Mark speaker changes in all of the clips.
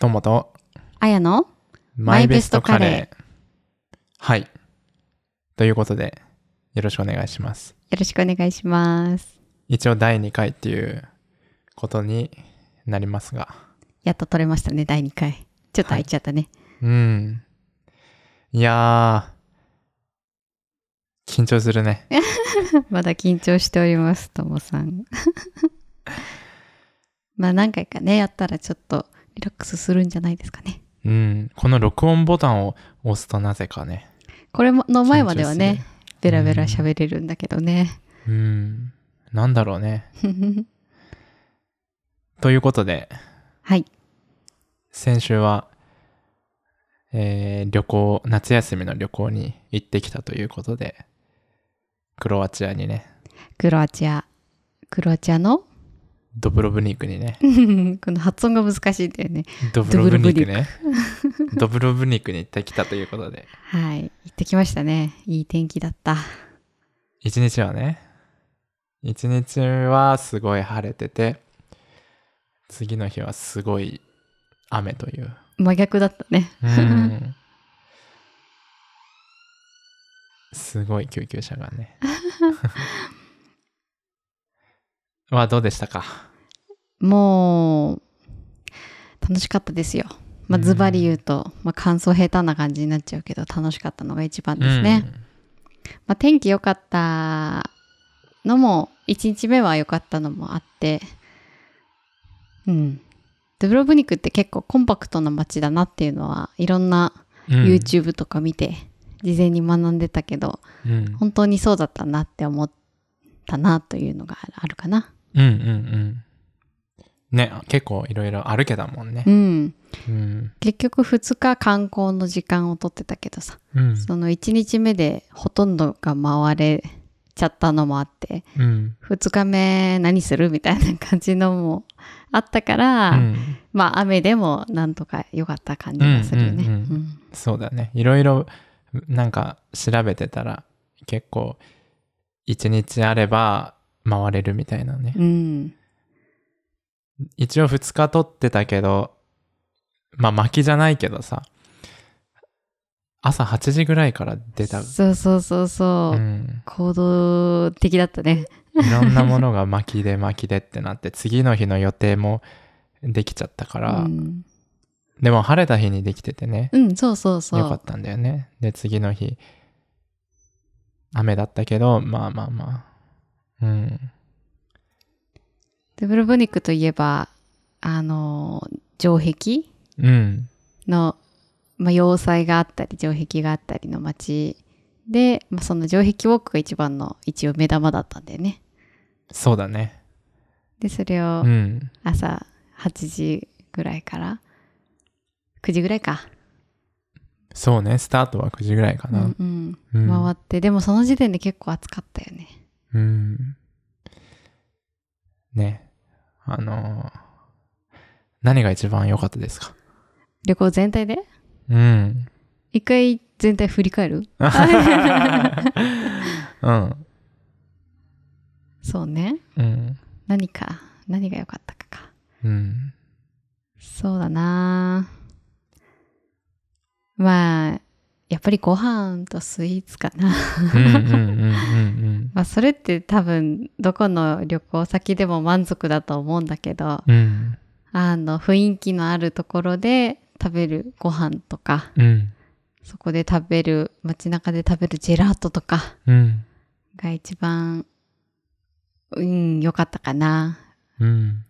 Speaker 1: トモと
Speaker 2: あやの
Speaker 1: マイベストカレー。はい。ということで、よろしくお願いします。
Speaker 2: よろしくお願いします。
Speaker 1: 一応第2回っていうことになりますが。
Speaker 2: やっと取れましたね、第2回。ちょっと空いちゃったね。
Speaker 1: うん。いやー、緊張するね。
Speaker 2: まだ緊張しております、ともさ ん。まあ何回かね、やったらちょっとリラックスするんじゃないですかね。
Speaker 1: うん。この録音ボタンを押すとなぜかね。
Speaker 2: これもの前までは
Speaker 1: 緊張
Speaker 2: ね、ベラベラ喋れるんだけどね。
Speaker 1: する。うん。なんだろうね。ということで、
Speaker 2: はい。
Speaker 1: 先週は、えー旅行夏休みの旅行に行ってきたということでクロアチアにね
Speaker 2: クロアチア。クロアチアの こ
Speaker 1: ドブロブニクに ね
Speaker 2: の発音が難しいんだよね。
Speaker 1: ドブロブニクね ドブロブニクに行ってきたということで
Speaker 2: はい。行ってきましたね。いい天気だった。
Speaker 1: 一日はね一日はすごい晴れてて次の日はすごい雨という
Speaker 2: 真逆だったね。
Speaker 1: うんすごい救急車がね。 はどうでしたか
Speaker 2: もう楽しかったですよ。ま
Speaker 1: うん
Speaker 2: あ、ズバリ言うと、まあ、感想下手な感じになっちゃうけど楽しかったのが一番ですね。まあ、天気良かったのも1日目は良かったのもあってうんドゥブロブニクって結構コンパクトな街だなっていうのはいろんな
Speaker 1: うん
Speaker 2: YouTube とか見て事前に学んでたけど、
Speaker 1: うんうん
Speaker 2: 本当にそうだったなって思ったなというのがあるかな。
Speaker 1: うんうんうん。ね結構いろいろ歩けたもんね
Speaker 2: う。ん
Speaker 1: うん
Speaker 2: 結局2日観光の時間を取ってたけどさ、
Speaker 1: うん
Speaker 2: その1日目でほとんどが回れちゃったのもあって
Speaker 1: うん
Speaker 2: 2日目何するみたいな感じのもあったから、
Speaker 1: うん
Speaker 2: まあ雨でもなんとか良かった感じがするよね。
Speaker 1: うんうんう
Speaker 2: うん
Speaker 1: そうだねいろいろなんか調べてたら結構一日あれば回れるみたいなね。
Speaker 2: うん
Speaker 1: 一応2日取ってたけどまあ巻きじゃないけどさ朝8時ぐらいから出た、
Speaker 2: そうそうそうそうう、
Speaker 1: ん、
Speaker 2: 行動的だったね。
Speaker 1: いろんなものが巻きで巻きでってなって次の日の予定もできちゃったか
Speaker 2: う
Speaker 1: ら、
Speaker 2: ん、
Speaker 1: でも晴れた日にできててね
Speaker 2: うん、そうそうそ
Speaker 1: よか
Speaker 2: う
Speaker 1: っ。たんだよねで次の日雨だったけどまあまあまあうん
Speaker 2: デブロブニクといえばあの城壁
Speaker 1: うん
Speaker 2: の、まあ、要塞があったり城壁があったりの町で、まあ、その城壁ウォークが一番の一応目玉だったんだよね。
Speaker 1: そうだね
Speaker 2: でそれを
Speaker 1: うん
Speaker 2: 朝8時ぐらいから9時ぐらいか、
Speaker 1: そうねスタートは9時ぐらいか
Speaker 2: う
Speaker 1: な、
Speaker 2: んうん
Speaker 1: うん
Speaker 2: 回ってでもその時点で結構暑かったよね。
Speaker 1: うん。ね。あのー何が一番良かったですか
Speaker 2: 旅行全体で
Speaker 1: うん。
Speaker 2: 一回全体振り返る
Speaker 1: うん。
Speaker 2: そうね
Speaker 1: うん。
Speaker 2: 何か何が良かったかか
Speaker 1: うん。
Speaker 2: そうだなあまあやっぱりご飯とスイーツかな
Speaker 1: うんうんうんうん
Speaker 2: まあそれって多分どこの旅行先でも満足だと思うんだけど
Speaker 1: うん。うん。
Speaker 2: あの雰囲気のあるところで食べるご飯とか
Speaker 1: うん。
Speaker 2: そこで食べる街中で食べるジェラートとか
Speaker 1: うん。
Speaker 2: が一番うん良かったかな
Speaker 1: うん。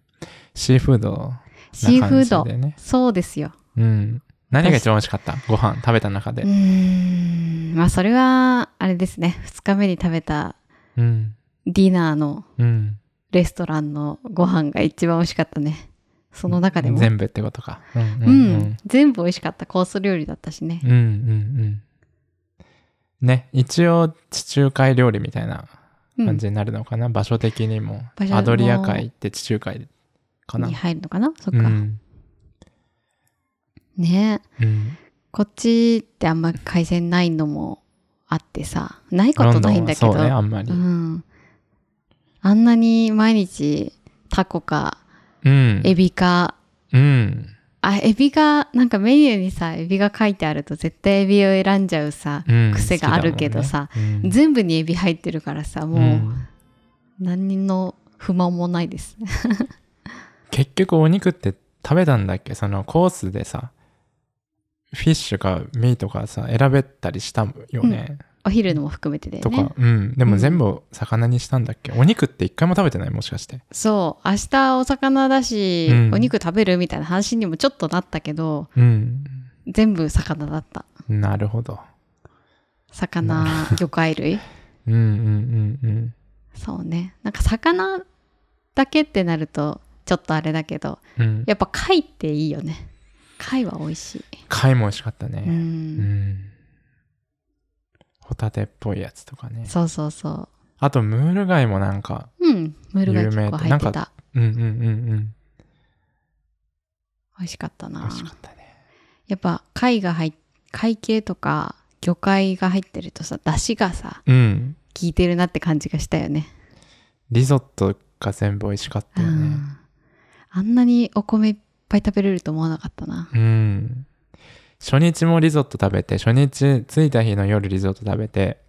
Speaker 1: シーフード。
Speaker 2: シーフード、
Speaker 1: ね、
Speaker 2: そうですよ
Speaker 1: うん。何が一番美味しかったご飯食べた中
Speaker 2: う
Speaker 1: で。
Speaker 2: ーんまあそれはあれですね2日目に食べた
Speaker 1: うん。
Speaker 2: ディナーの
Speaker 1: うん。
Speaker 2: レストランのご飯が一番美味しかったねその中でも
Speaker 1: 全部ってことか。うん
Speaker 2: う
Speaker 1: うんんうん。
Speaker 2: 全部美味しかったコース料理だったしね
Speaker 1: うんうんうん。ね、一応地中海料理みたいな
Speaker 2: うん
Speaker 1: 感じになるのかな、場所的にも
Speaker 2: 場所も
Speaker 1: アドリア海って地中海かな
Speaker 2: に入るのかなそっ
Speaker 1: う
Speaker 2: か、
Speaker 1: ん、
Speaker 2: ね
Speaker 1: うん、
Speaker 2: こっちってあんま海鮮ないのもあってさないこ
Speaker 1: ロ
Speaker 2: と
Speaker 1: ンド
Speaker 2: ないん
Speaker 1: ン
Speaker 2: だ
Speaker 1: は
Speaker 2: けど
Speaker 1: そうねあんまり
Speaker 2: う、ん、あんなに毎日タコか
Speaker 1: うん、
Speaker 2: エビか
Speaker 1: うん
Speaker 2: アあエビがなんかメニューにさエビが書いてあると絶対エビを選んじゃうさ、
Speaker 1: うん
Speaker 2: 癖があるけどさ、
Speaker 1: 好きだもんね
Speaker 2: 全部にエビ入ってるからさ
Speaker 1: うん
Speaker 2: もう
Speaker 1: うん
Speaker 2: 何の不満もないです、
Speaker 1: 結局お肉って食べたんだっけそのコースでさフィッシュかミートかさ選べたりしたよね、
Speaker 2: お昼のも含めてだよ
Speaker 1: と
Speaker 2: ね
Speaker 1: かうんで
Speaker 2: う
Speaker 1: も
Speaker 2: ん
Speaker 1: 全部魚にしたんだっけ、お肉って一回も食べてないもしかして
Speaker 2: そう明日お魚だし、
Speaker 1: うん
Speaker 2: お肉食べるみたいな話にもちょっとなったけど
Speaker 1: うん
Speaker 2: 全部魚だった
Speaker 1: なるほど
Speaker 2: 魚魚介類
Speaker 1: うんうんうんうん
Speaker 2: そうねなんか魚だけってなるとちょっとあれだけど
Speaker 1: うん、
Speaker 2: やっぱ貝っていいよね貝は美味しい、
Speaker 1: 貝も美味しかった
Speaker 2: う
Speaker 1: ね、うん
Speaker 2: ん、
Speaker 1: ホタテっぽいやつとかね
Speaker 2: そうそうそ
Speaker 1: あとムール貝もなんか
Speaker 2: ううんムール貝結構入
Speaker 1: 有名
Speaker 2: っ
Speaker 1: ってな
Speaker 2: て
Speaker 1: ん
Speaker 2: た
Speaker 1: うんうんうんうん
Speaker 2: 美味しかった
Speaker 1: 美
Speaker 2: な
Speaker 1: 味しかったね
Speaker 2: やっぱ貝が入っ貝系とか魚介が入ってるとさ出汁がさ
Speaker 1: うん
Speaker 2: 効いてるなって感じがしたよね
Speaker 1: リゾットが全部美味しかったよね、
Speaker 2: うんあんなにお米いっぱい食べれると思わなかったな。
Speaker 1: うん。初日もリゾット食べて、初日着いた日の夜リゾット食べて、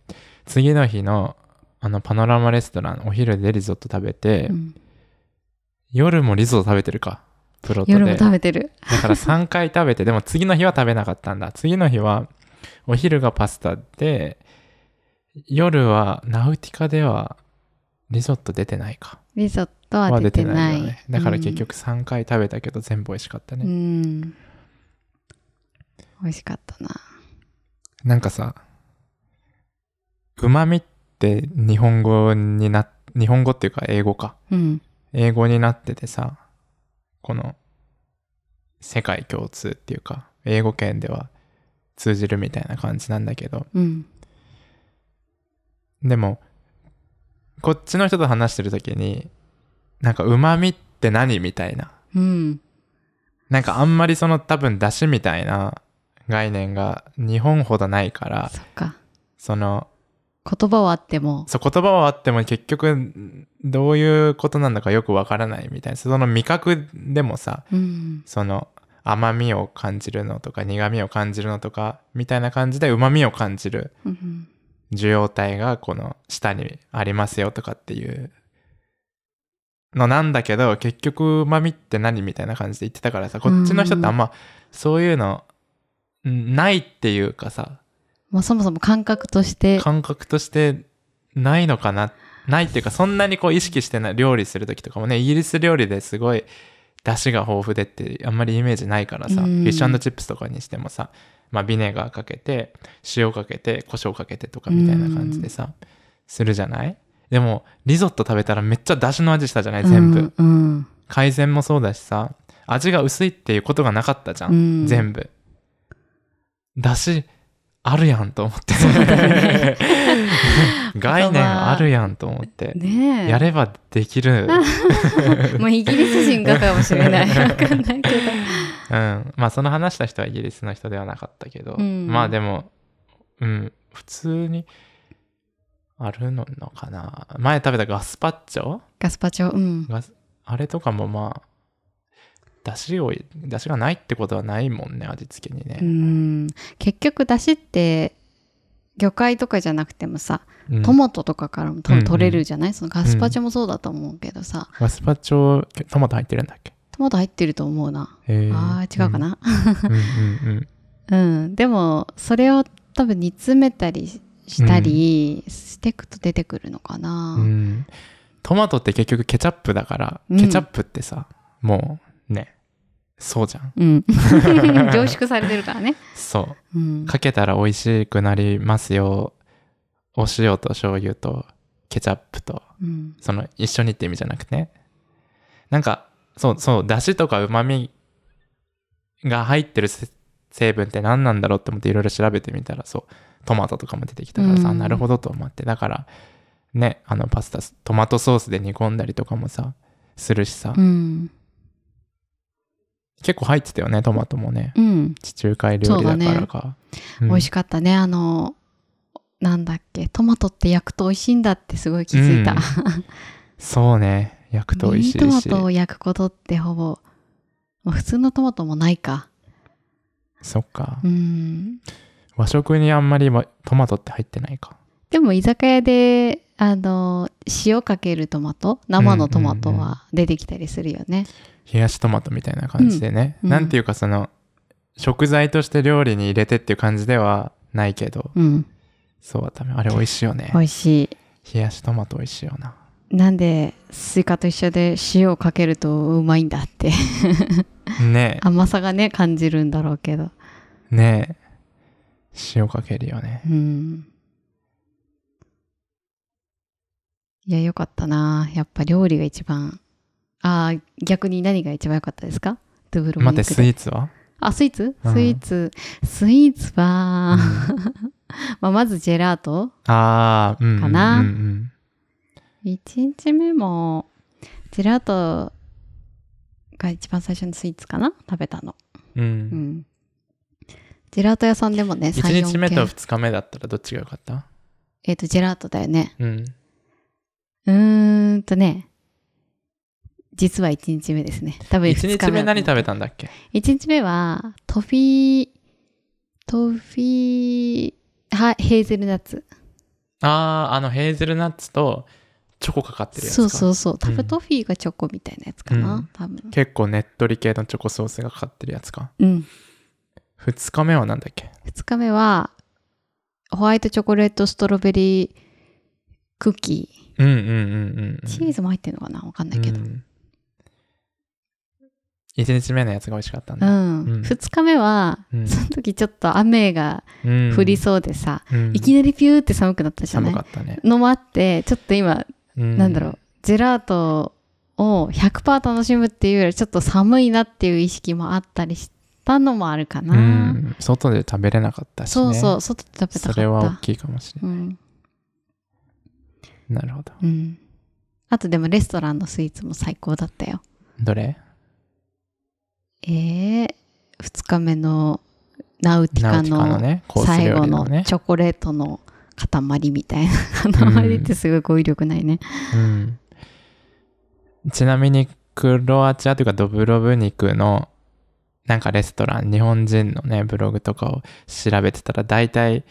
Speaker 1: 次の日のあのパノラマレストラン、お昼でリゾット食べて、
Speaker 2: うん
Speaker 1: 夜もリゾット食べてるか、プロット
Speaker 2: 夜も
Speaker 1: で。
Speaker 2: 食べてる。
Speaker 1: だから3回食べて、でも次の日は食べなかったんだ。次の日は、お昼がパスタで、夜はナウティカではリゾット出てないか。
Speaker 2: リゾットは出てない。
Speaker 1: よね。だから結局3回食べたけど全部美味しかったね。
Speaker 2: うん、うん。美味しかったな。
Speaker 1: なんかさ、うまみって日本語にな、日本語っていうか英語か。
Speaker 2: うん。
Speaker 1: 英語になっててさ、この世界共通っていうか、英語圏では通じるみたいな感じなんだけど、
Speaker 2: うん。
Speaker 1: でも、こっちの人と話してる時に、なんかうまみって何みたいな。
Speaker 2: うん。
Speaker 1: なんかあんまりその多分出汁みたいな概念が日本ほどないから、
Speaker 2: そっか。
Speaker 1: その、
Speaker 2: 言葉はあっても。
Speaker 1: そう言葉はあっても結局んどういうことなんだかよくわからないみたいなその味覚でもさ
Speaker 2: うん。
Speaker 1: その甘みを感じるのとか苦みを感じるのとかみたいな感じで旨みを感じる
Speaker 2: うん。
Speaker 1: 受容体がこの下にありますよとかっていうのなんだけど結局旨みって何みたいな感じで言ってたからさこっちの人ってあんまそういうのんないっていうかさ
Speaker 2: もうそもそも感覚として。
Speaker 1: 感覚としてないのかなないっていうかそんなにこう意識してない料理する時とかもねイギリス料理ですごい出汁が豊富でってあんまりイメージないからさ、
Speaker 2: うん
Speaker 1: フィッシュチップスとかにしてもさ、まあ、ビネガーかけて塩かけて胡椒かけてとかみたいな感じでさ、するじゃないでもリゾット食べたらめっちゃ出汁の味したじゃない全部、
Speaker 2: うん。うん。
Speaker 1: 海鮮もそうだしさ味が薄いっていうことがなかったじゃん、
Speaker 2: うん
Speaker 1: 全部だしあるやんと思 って、概念あるやんと思って、
Speaker 2: ねえ。
Speaker 1: やればでき る、
Speaker 2: もうイギリス人がかもしれ ない。わかんないけど。
Speaker 1: うん、まあその話した人はイギリスの人ではなかったけど、
Speaker 2: うん
Speaker 1: まあでもうん普通にあるのかな前食べたガスパッチョ
Speaker 2: ガスパチョ。うん。
Speaker 1: ガスあれとかもまあ出汁を出汁がないってことはないもんね味付けに
Speaker 2: う
Speaker 1: ね、
Speaker 2: ん。結局、だしって、魚介とかじゃなくてもさ、
Speaker 1: うん
Speaker 2: トマトとかからも多
Speaker 1: うんうん
Speaker 2: 分取れるじゃない、そのガスパチョもそうだと思うけどさ、
Speaker 1: ガスパチョトマト入ってるんだっけ
Speaker 2: トマト入ってると思うな。
Speaker 1: へ
Speaker 2: あー違うか、な。
Speaker 1: うん、うんうんうん
Speaker 2: うん、でも、それを多分煮詰めたりしたりしてくと出てくるのかな。
Speaker 1: う んトマトって結局ケチャップだから
Speaker 2: うん
Speaker 1: ケチャップってさ、もうねそうじゃん
Speaker 2: うん。 凝縮されてるからね。。
Speaker 1: そううんかけたら美味しくなりますよお塩と醤油とケチャップと
Speaker 2: うん
Speaker 1: その一緒にって意味じゃなくてなんかそうそうだしとかうまみが入ってるせ成分って何なんだろうって思っていろいろ調べてみたらそうトマトとかも出てきたからさ、
Speaker 2: うん
Speaker 1: なるほどと思ってだからねあのパスタトマトソースで煮込んだりとかもさするしさ、
Speaker 2: うん。
Speaker 1: 結構入ってたよねトマトもね
Speaker 2: うん。
Speaker 1: 地中海料理だからか、うん
Speaker 2: 美味しかったね。あの、なんだっけ、トマトって焼くと美味しいんだってすごい気づいた。
Speaker 1: そうね焼くと美
Speaker 2: ミ
Speaker 1: 味しい
Speaker 2: ニ
Speaker 1: し
Speaker 2: トマトを焼くことってほぼまあ、普通のトマトもないか。
Speaker 1: そっか、
Speaker 2: うん。
Speaker 1: 和食にあんまりわトマトって入ってないか
Speaker 2: でも居酒屋で、あの、塩かけるトマト、生のトマト
Speaker 1: うんうんう
Speaker 2: は出てきたりするよね。
Speaker 1: 冷やしトマトみたいな感じでね、
Speaker 2: うんうん
Speaker 1: なんていうかその食材として料理に入れてっていう感じではないけど
Speaker 2: うん。
Speaker 1: そうはダメあれ美味しいよね
Speaker 2: 美味しい。
Speaker 1: 冷やしトマト美味しいよな
Speaker 2: なんで、スイカと一緒で塩をかけるとうまいんだ って。
Speaker 1: ね
Speaker 2: 甘さがね、感じるんだろうけど。
Speaker 1: えねえ塩かけるよね
Speaker 2: うん。いや、よかったな。やっぱ料理が一番。ああ、逆に何が一番良かったですかドゥブロ
Speaker 1: 待ってスイ
Speaker 2: ーツ。
Speaker 1: ーツは
Speaker 2: あ、スイーツ
Speaker 1: うん
Speaker 2: スイーツ。スイーツは、 まあ、まずジェラート。
Speaker 1: ああうんうんうんうん
Speaker 2: かな1日目も、ジェラートが一番最初のスイーツかな食べたの。
Speaker 1: うん、
Speaker 2: うん。ジェラート屋さんでもね、3
Speaker 1: 1日目と2
Speaker 2: 軒
Speaker 1: 日目だったらどっちが良かった
Speaker 2: えっ、と、ジェラートだよね。
Speaker 1: うん
Speaker 2: うーんとね、実は1日目ですね。多分
Speaker 1: 1日目何食べ
Speaker 2: た
Speaker 1: たんだっけ
Speaker 2: ?1 日目は、トフィー、トフィー、は、ヘーゼルナッツ。
Speaker 1: あああのヘーゼルナッツとチョコかかってるやつか
Speaker 2: そうそうそう。多
Speaker 1: う
Speaker 2: 分
Speaker 1: ん
Speaker 2: トフィーがチョコみたいなやつかな。
Speaker 1: うん
Speaker 2: 多分。
Speaker 1: 結構ねっとり系のチョコソースがかかってるやつか
Speaker 2: うん。
Speaker 1: 2日目はなんだっけ
Speaker 2: 2日目は、ホワイトチョコレートストロベリークッキ
Speaker 1: うんうんうんうんうん
Speaker 2: ー。チーズも入ってるのかなわかんないけど。
Speaker 1: うん1日目のやつが美味しかったん
Speaker 2: う
Speaker 1: だ、
Speaker 2: ん。
Speaker 1: うん
Speaker 2: 2日目は、
Speaker 1: うん
Speaker 2: その時ちょっと雨が
Speaker 1: うん
Speaker 2: 降りそうでさ、
Speaker 1: うん
Speaker 2: いきなりピューって寒くなったじゃな
Speaker 1: 寒
Speaker 2: い
Speaker 1: かったね、
Speaker 2: のもあってちょっと今、
Speaker 1: う
Speaker 2: なんだろうジェラートを100%楽しむっていうよりちょっと寒いなっていう意識もあったりしたのもあるかな、
Speaker 1: うん、外で食べれなかったし、ね、
Speaker 2: そうそう外で食べたかった
Speaker 1: それは大きいかもしれ
Speaker 2: うん
Speaker 1: ないなるほど
Speaker 2: うん、あとでもレストランのスイーツも最高だったよ
Speaker 1: どれ
Speaker 2: えー、2日目のナウティ
Speaker 1: ナ
Speaker 2: カ
Speaker 1: ウティカの
Speaker 2: の
Speaker 1: ねコース
Speaker 2: 最
Speaker 1: 料
Speaker 2: 後
Speaker 1: 理の
Speaker 2: の
Speaker 1: ね
Speaker 2: チョコレートの塊みたいな塊ってすごい語彙力ないね、
Speaker 1: うん、ちなみにクロアチアというかドブロブニクのなんかレストラン日本人のねブログとかを調べてたら大体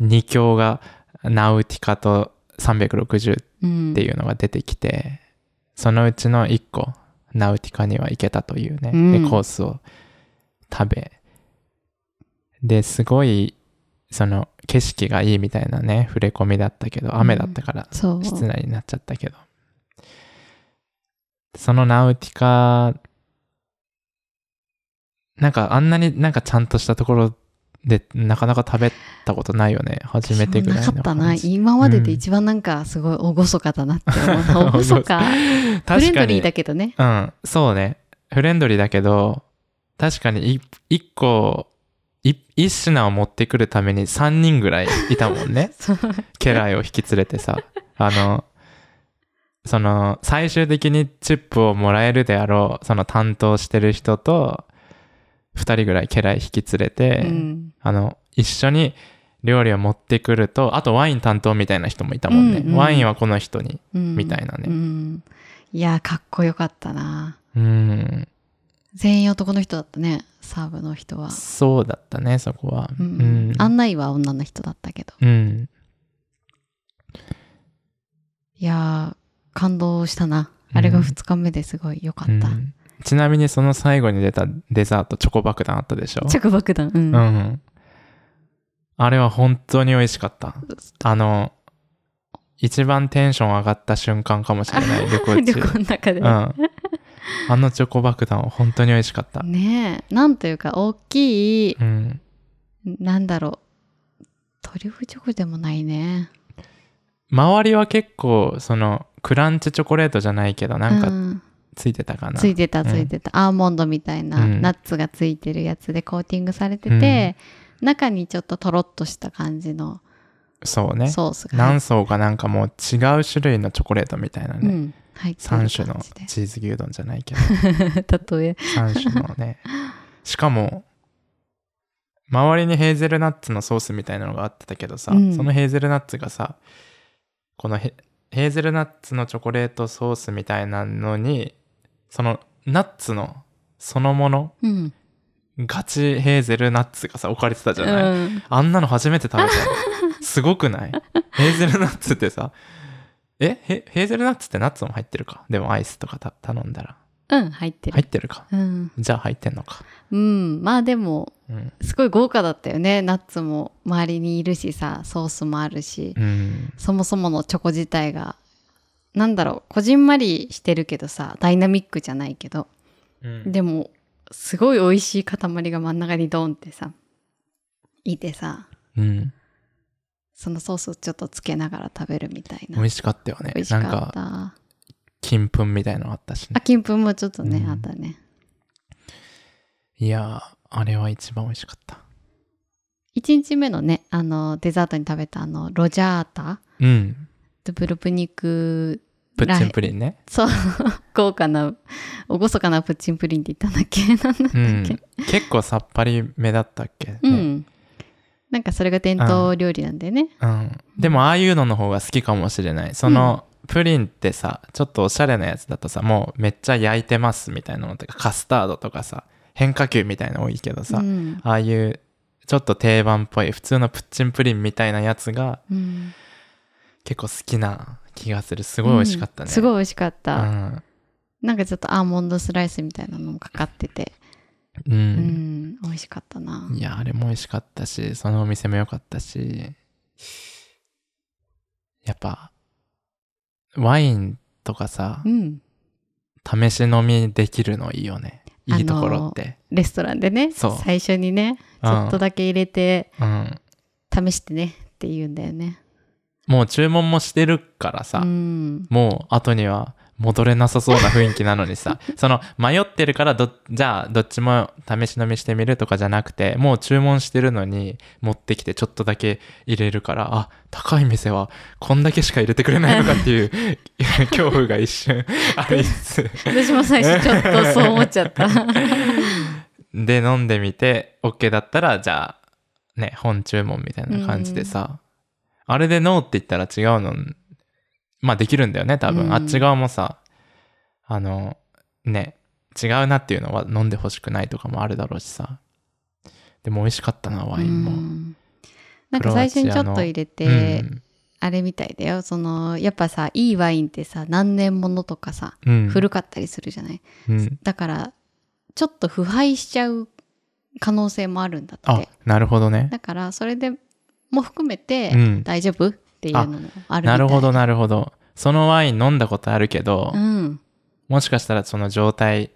Speaker 1: 2強がナウティカと360っ
Speaker 2: うん、
Speaker 1: ていうのが出てきて、そのうちの1個ナウティカには行けたというね、
Speaker 2: うん
Speaker 1: でコースを食べですごいその景色がいいみたいなね触れ込みだったけど雨だったから
Speaker 2: そう
Speaker 1: 室内になっちゃったけどそのナウティカなんかあんなになんかちゃんとしたところでなかなか食べたことないよね初めてぐらい
Speaker 2: 私も
Speaker 1: の
Speaker 2: なかったな
Speaker 1: 感じ
Speaker 2: 今までで一番なんかすごい厳かだなって 思った厳かフレンドリーだけどね
Speaker 1: うんそうねフレンドリーだけど確かにい一個い一品を持ってくるために3人ぐらいいたもんね
Speaker 2: そう
Speaker 1: 家来を引き連れてさあのその最終的にチップをもらえるであろうその担当してる人と2人ぐらい家来引き連れて、
Speaker 2: うん
Speaker 1: あの一緒に料理を持ってくるとあとワイン担当みたいな人もいたもんね、
Speaker 2: うんうん
Speaker 1: ワインはこの人に
Speaker 2: うん
Speaker 1: みたいなね
Speaker 2: うんいやかっこよかったな
Speaker 1: うん
Speaker 2: 全員男の人だったねサーブの人は、
Speaker 1: そうだったねそこは
Speaker 2: うん案内は女の人だったけど
Speaker 1: うん
Speaker 2: いやー感動したなあれが2日目ですごいよか
Speaker 1: う
Speaker 2: った、
Speaker 1: んちなみにその最後に出たデザートチョコ爆弾あったでしょ
Speaker 2: チョコ爆弾うん、
Speaker 1: うん。あれは本当に美味しかった。あの、一番テンション上がった瞬間かもしれ ない、旅行
Speaker 2: 旅
Speaker 1: 中。
Speaker 2: 行の中で、
Speaker 1: うん。あのチョコ爆弾は本当に美味しかった。
Speaker 2: ねえなんというか大きい
Speaker 1: うん。
Speaker 2: なんだろう。トリュフチョコでもないね。
Speaker 1: 周りは結構、その、クランチチョコレートじゃないけど、なん
Speaker 2: う
Speaker 1: か
Speaker 2: ん
Speaker 1: ついてたかな。
Speaker 2: ついてたついてた、アーモンドみたいな、
Speaker 1: うん
Speaker 2: ナッツがついてるやつでコーティングされてて、中にちょっととろっとした感じの
Speaker 1: そうね。
Speaker 2: ソースが入っ
Speaker 1: 何層かなんかもう違う種類のチョコレートみたいな
Speaker 2: う
Speaker 1: ね。
Speaker 2: ん、入ってる感
Speaker 1: 3
Speaker 2: じ
Speaker 1: 種
Speaker 2: で
Speaker 1: のチーズ牛丼じゃないけど。
Speaker 2: 例え
Speaker 1: 3種の ねしかも周りにヘーゼルナッツのソースみたいなのがあってたけどさ、
Speaker 2: うん
Speaker 1: そのヘーゼルナッツがさこのヘヘーゼルナッツのチョコレートソースみたいなのにそのナッツのそのもの
Speaker 2: うん。
Speaker 1: ガチヘーゼルナッツがさ置かれてたじゃない、
Speaker 2: うん
Speaker 1: あんなの初めて食べた。すごくないヘーゼルナッツってさ、えヘヘーゼルナッツってナッツも入ってるかでもアイスとかた頼んだら。
Speaker 2: うん、入ってる。
Speaker 1: 入ってるか
Speaker 2: うん。
Speaker 1: じゃあ入ってんのか。
Speaker 2: うん。まあでも、
Speaker 1: うん。
Speaker 2: すごい豪華だったよね。ナッツも周りにいるしさ、ソースもあるし、
Speaker 1: うん。
Speaker 2: そもそものチョコ自体が、なんだろう、こじんまりしてるけどさ、ダイナミックじゃないけど、
Speaker 1: うん
Speaker 2: でも、すごい美味しい塊が真ん中にドンってさ、いてさ、
Speaker 1: うん。
Speaker 2: そのソースをちょっとつけながら食べるみたいな。
Speaker 1: 美味しかったよね
Speaker 2: 美味。し
Speaker 1: な
Speaker 2: か
Speaker 1: ん
Speaker 2: っ
Speaker 1: か、
Speaker 2: た。
Speaker 1: 金粉みたいのあったし
Speaker 2: あ、
Speaker 1: ね。
Speaker 2: 金粉もちょっとね、
Speaker 1: うん
Speaker 2: あったね。
Speaker 1: いやー、あれは一番美味しかった。
Speaker 2: 1日目のね、あの、デザートに食べたあの、ロジャータ
Speaker 1: うん。
Speaker 2: とブルプニク、
Speaker 1: プッチンプリンね。
Speaker 2: そう、豪華な、おごそかなプッチンプリンって言ったんだっけなん
Speaker 1: う
Speaker 2: だっ
Speaker 1: ん
Speaker 2: け、。
Speaker 1: 結構さっぱりめだったっけ、ね
Speaker 2: うん、なんかそれが伝統料理なんだよね。
Speaker 1: うん、でもああいうのの方が好きかもしれないその、プリンってさちょっとおしゃれなやつだとさもうめっちゃ焼いてますみたいなのとかカスタードとかさ変化球みたいなの多いけどさ、
Speaker 2: うん。
Speaker 1: ああいうちょっと定番っぽい普通のプッチンプリンみたいなやつが
Speaker 2: うん
Speaker 1: 結構好きな気がするすごい美味しかったね、
Speaker 2: うんすご
Speaker 1: い、
Speaker 2: い美味しかっ
Speaker 1: う
Speaker 2: た、
Speaker 1: ん
Speaker 2: なんかちょっとアーモンドスライスみたいなのもかかってて、
Speaker 1: う
Speaker 2: うん、
Speaker 1: ん
Speaker 2: 美味しかったな。
Speaker 1: いやあれも美味しかったしそのお店も良かったしやっぱワインとかさ、
Speaker 2: うん。
Speaker 1: 試し飲みできるのいいよねいいところって、
Speaker 2: レストランでね、
Speaker 1: そう
Speaker 2: 最初にね、ちょっとだけ入れて、
Speaker 1: うん、
Speaker 2: 試してねって言うんだよね。
Speaker 1: もう注文もしてるからさ、
Speaker 2: うん。
Speaker 1: もう後には戻れなさそうな雰囲気なのにさその迷ってるからどじゃあどっちも試し飲みしてみるとかじゃなくてもう注文してるのに持ってきてちょっとだけ入れるからあ高い店はこんだけしか入れてくれないのかっていう 恐怖が一瞬 ありつつ
Speaker 2: 私も最初ちょっとそう思っち ゃった。
Speaker 1: で飲んでみて OK だったらじゃあね本注文みたいな感じでさ、あれでノーって言ったら違うのまあできるんだよね多分、
Speaker 2: うん
Speaker 1: あっち側もさあのね違うなっていうのは飲んでほしくないとかもあるだろうしさでも美味しかったなワインも、
Speaker 2: う
Speaker 1: うん
Speaker 2: んなんか最初にちょっと入れて、あれみたいだよそのやっぱさいいワインってさ何年ものとかさ
Speaker 1: うん
Speaker 2: 古かったりするじゃない、
Speaker 1: うん
Speaker 2: だからちょっと腐敗しちゃう可能性もあるんだっ
Speaker 1: あ
Speaker 2: て
Speaker 1: なるほどね
Speaker 2: だからそれでも含めて
Speaker 1: うん
Speaker 2: 大丈夫っていうのもあるみたい
Speaker 1: なるほどなるほどそのワイン飲んだことあるけど、
Speaker 2: うん
Speaker 1: もしかしたらその状態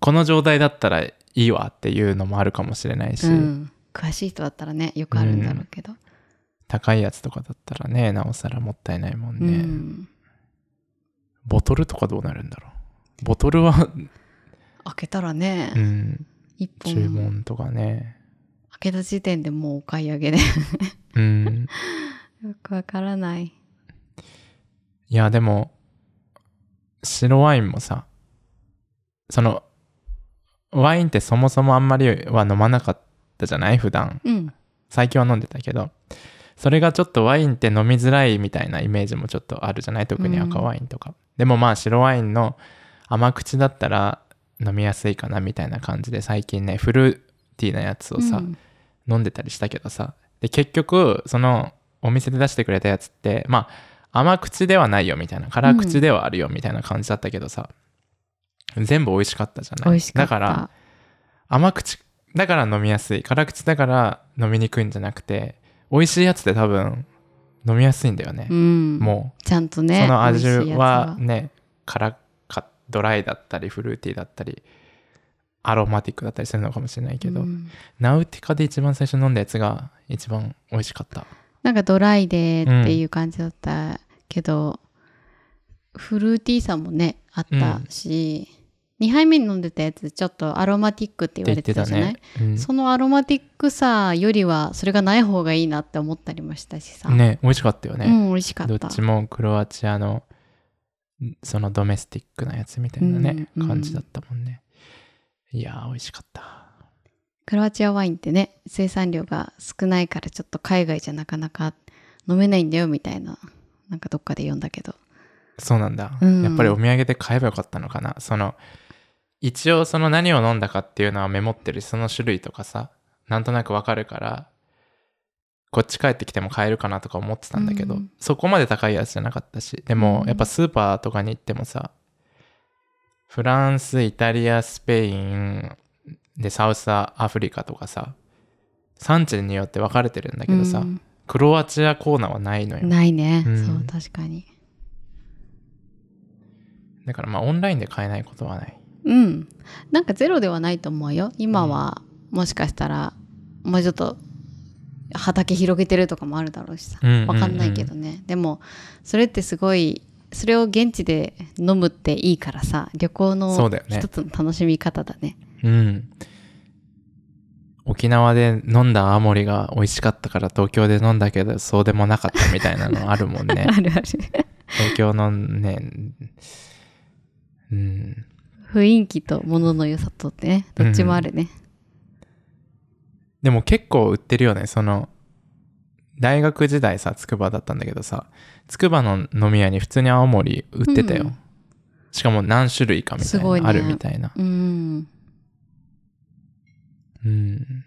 Speaker 1: この状態だったらいいわっていうのもあるかもしれないし、
Speaker 2: うん詳しい人だったらねよくあるんだろうけど、
Speaker 1: 高いやつとかだったらねなおさらもったいないもん
Speaker 2: う
Speaker 1: ね、
Speaker 2: ん
Speaker 1: ボトルとかどうなるんだろうボトルは、
Speaker 2: 開けたら
Speaker 1: う
Speaker 2: ね、
Speaker 1: ん、
Speaker 2: 一
Speaker 1: 注
Speaker 2: 本
Speaker 1: 文とかね
Speaker 2: 開けた時点でもうお買い上げで
Speaker 1: うん
Speaker 2: よくわからない
Speaker 1: いやでも白ワインもさそのワインってそもそもあんまりは飲まなかったじゃない普段
Speaker 2: うん
Speaker 1: 最近は飲んでたけどそれがちょっとワインって飲みづらいみたいなイメージもちょっとあるじゃない特に赤ワインとか、でもまあ白ワインの甘口だったら飲みやすいかなみたいな感じで最近ねフルーティーなやつをさ、
Speaker 2: うん
Speaker 1: 飲んでたりしたけどさで結局そのお店で出してくれたやつってまあ甘口ではないよみたいな辛口ではあるよみたいな感じだったけどさ、全部美味しかったじゃない
Speaker 2: 美味しかった
Speaker 1: だから甘口だから飲みやすい辛口だから飲みにくいんじゃなくて美味しいやつって多分飲みやすいんだよね
Speaker 2: う、ん、
Speaker 1: も
Speaker 2: ちゃんと
Speaker 1: う、
Speaker 2: ね
Speaker 1: その味
Speaker 2: 美味しいやつ
Speaker 1: はね辛かドライだったりフルーティーだったりアロマティックだったりするのかもしれないけど、
Speaker 2: うん
Speaker 1: ナウティカで一番最初飲んだやつが一番美味しかった
Speaker 2: なんかドライでっていう感じだったけど、フルーティーさもねあったし、2杯目に飲んでたやつちょっとアロマティックって言わ
Speaker 1: って言って
Speaker 2: れて
Speaker 1: た
Speaker 2: たじゃない、
Speaker 1: ね。うん
Speaker 2: そのアロマティックさよりはそれがない方がいいなって思ったりもしたしさ、
Speaker 1: ね美味しかったよ
Speaker 2: う
Speaker 1: ね、
Speaker 2: ん美味しかっ
Speaker 1: どったちもクロアチアのんそのドメスティックなやつみたいなね、
Speaker 2: うんうん
Speaker 1: 感じだったもんねいやー美味しかった
Speaker 2: クロアチアワインってね生産量が少ないからちょっと海外じゃなかなか飲めないんだよみたいななんかどっかで読んだけど
Speaker 1: そうなんだ、
Speaker 2: うん
Speaker 1: やっぱりお土産で買えばよかったのかなその一応その何を飲んだかっていうのはメモってるしその種類とかさなんとなくわかるからこっち帰ってきても買えるかなとか思ってたんだけど、
Speaker 2: うん
Speaker 1: そこまで高いやつじゃなかったしで
Speaker 2: う
Speaker 1: も
Speaker 2: ん
Speaker 1: やっぱスーパーとかに行ってもさフランスイタリアスペインでサウスアフリカとかさ産地によって分かれてるんだけどさ、
Speaker 2: うん
Speaker 1: クロアチアコーナーはないのよ
Speaker 2: ないね、
Speaker 1: うん
Speaker 2: そう確かに
Speaker 1: だからまあオンラインで買えないことはない
Speaker 2: うんなんかゼロではないと思うよ今はもしかしたらもうちょっと畑広げてるとかもあるだろうしさ
Speaker 1: うんうんうん
Speaker 2: わかんないけどね、でもそれってすごいそれを現地で飲むっていいからさ旅行
Speaker 1: そう
Speaker 2: の
Speaker 1: だよね
Speaker 2: 一つの楽しみ方だね
Speaker 1: うん沖縄で飲んだ青森が美味しかったから東京で飲んだけどそうでもなかったみたいなのあるもん ね
Speaker 2: あるある
Speaker 1: 東京のねうん
Speaker 2: 雰囲気と物の良さとってねどっちもあるね、
Speaker 1: でも結構売ってるよねその大学時代さ筑波だったんだけどさ筑波の飲み屋に普通に青森売ってたよ、
Speaker 2: うん
Speaker 1: しかも何種類かみた
Speaker 2: す
Speaker 1: い
Speaker 2: ご
Speaker 1: ない
Speaker 2: ね
Speaker 1: あるみたいな
Speaker 2: うん
Speaker 1: うん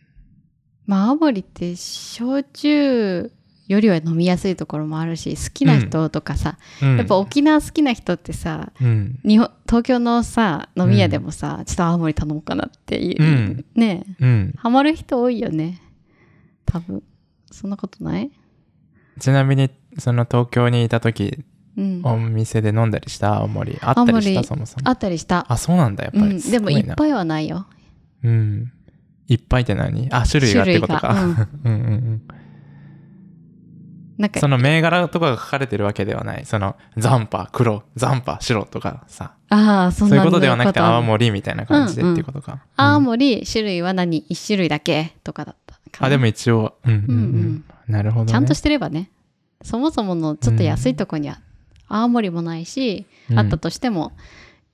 Speaker 2: まあ青森って焼酎よりは飲みやすいところもあるし好きな人とかさ、
Speaker 1: うん
Speaker 2: やっぱ沖縄好きな人ってさ
Speaker 1: うん
Speaker 2: 日本東京のさ飲み屋でもさ、ちょっと青森頼もうかなっていう、
Speaker 1: うん
Speaker 2: ねえ
Speaker 1: うん
Speaker 2: ハマる人多いよね多分そんなことない
Speaker 1: ちなみにその東京にいた時
Speaker 2: うん
Speaker 1: お店で飲んだりした青森あったりし
Speaker 2: 青
Speaker 1: た
Speaker 2: 森
Speaker 1: そもそも
Speaker 2: あったりした、
Speaker 1: あそうなんだやっ
Speaker 2: う
Speaker 1: ぱ
Speaker 2: ん、
Speaker 1: り
Speaker 2: ですも
Speaker 1: ご
Speaker 2: い
Speaker 1: い
Speaker 2: っ
Speaker 1: な
Speaker 2: ぱいはないよ
Speaker 1: うんいっぱいって何あ種類がってこと
Speaker 2: 種類が
Speaker 1: かうんうんうん
Speaker 2: なんか
Speaker 1: その銘柄とかが書かれてるわけではないその残波黒残波白とかさ
Speaker 2: ああそ
Speaker 1: そ
Speaker 2: ん
Speaker 1: うい
Speaker 2: な
Speaker 1: うことではなくて
Speaker 2: ことある
Speaker 1: 青森みたいな感じでっていうことか
Speaker 2: 青
Speaker 1: うん
Speaker 2: 森種類は何一種類だけとかだったかな
Speaker 1: あでも一応うんうんう
Speaker 2: うんうん
Speaker 1: んなるほどね
Speaker 2: ちゃんとしてればねそもそものちょっと安いとこには青森もないし、
Speaker 1: うん
Speaker 2: あったとしても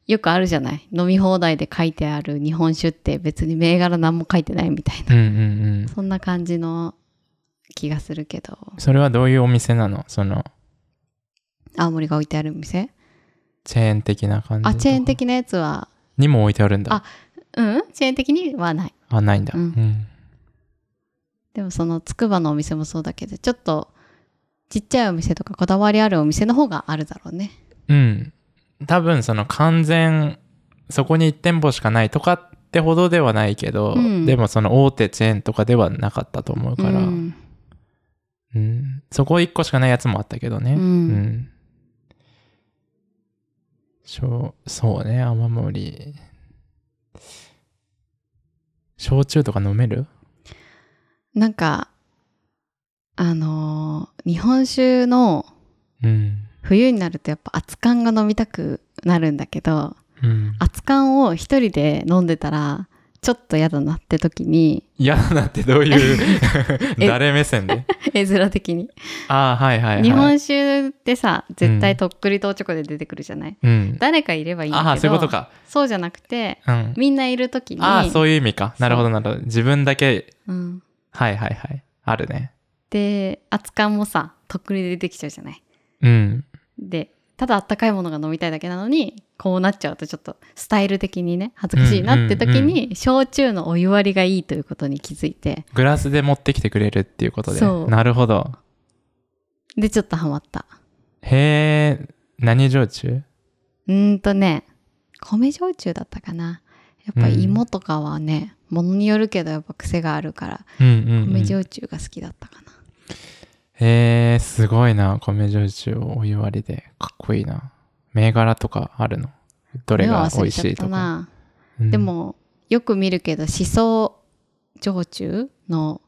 Speaker 2: よくあるじゃない飲み放題で書いてある日本酒って別に銘柄何も書いてないみたいな
Speaker 1: うんうんうん
Speaker 2: そんな感じの気がするけど
Speaker 1: それはどういうお店なのその
Speaker 2: 青森が置いてある店
Speaker 1: チェーン的な感じ
Speaker 2: あ
Speaker 1: とか
Speaker 2: チェーン的なやつは
Speaker 1: にも置いてあるんだ
Speaker 2: あうんチェーン的にはない
Speaker 1: あないんだ
Speaker 2: う
Speaker 1: うんん
Speaker 2: でもそのつくばのお店もそうだけどちょっとちっちゃいお店とかこだわりあるお店の方があるだろうね
Speaker 1: うん。多分その完全、そこに1店舗しかないとかってほどではないけど、
Speaker 2: うん
Speaker 1: でもその大手チェーンとかではなかったと思うから、う
Speaker 2: うんん
Speaker 1: そこ1個しかないやつもあったけどね。
Speaker 2: うん
Speaker 1: んそうそうね、雨漏り。焼酎とか飲める
Speaker 2: なんかあのー日本酒の
Speaker 1: うん。
Speaker 2: 冬になるとやっぱ熱燗が飲みたくなるんだけど
Speaker 1: うん。
Speaker 2: 熱燗を一人で飲んでたらちょっと嫌だなって時に
Speaker 1: 嫌だなってどういう
Speaker 2: え
Speaker 1: 誰目線で
Speaker 2: 絵面的に、
Speaker 1: ああ、はいはいはい。
Speaker 2: 日本酒ってさ絶
Speaker 1: う
Speaker 2: 対
Speaker 1: ん
Speaker 2: とっくりとおちょこで出てくるじゃない、
Speaker 1: うん。
Speaker 2: 誰かいればいいんだけど
Speaker 1: ああ、そういうことか。
Speaker 2: そうじゃなくて
Speaker 1: うん。
Speaker 2: みんないる時に
Speaker 1: ああそういう意味かなるほどなるほど自分だけ
Speaker 2: うん、
Speaker 1: はいはいはいあるね
Speaker 2: で熱燗もさとっくりで出てきちゃうじゃない
Speaker 1: うん
Speaker 2: でただあったかいものが飲みたいだけなのにこうなっちゃうとちょっとスタイル的にね恥ずかしいなって時
Speaker 1: うんうん
Speaker 2: に焼酎のお湯割りがいいということに気づいて
Speaker 1: グラスで持ってきてくれるっていうことで
Speaker 2: そう
Speaker 1: なるほど
Speaker 2: でちょっとハマった
Speaker 1: へえ何焼酎
Speaker 2: うーんとね米焼酎だったかなやっぱり芋とかはね、ものによるけどやっぱ癖があるから
Speaker 1: うんうん、うん、
Speaker 2: 米焼酎が好きだったかな、
Speaker 1: へえすごいな米焼酎をお湯割りでかっこいいな銘柄とかあるのどれ
Speaker 2: 目は
Speaker 1: が
Speaker 2: 忘
Speaker 1: 美
Speaker 2: れ
Speaker 1: 味
Speaker 2: ちゃ
Speaker 1: し
Speaker 2: っ
Speaker 1: い
Speaker 2: た
Speaker 1: とか、
Speaker 2: な、
Speaker 1: うん
Speaker 2: でもよく見るけどしそ焼酎の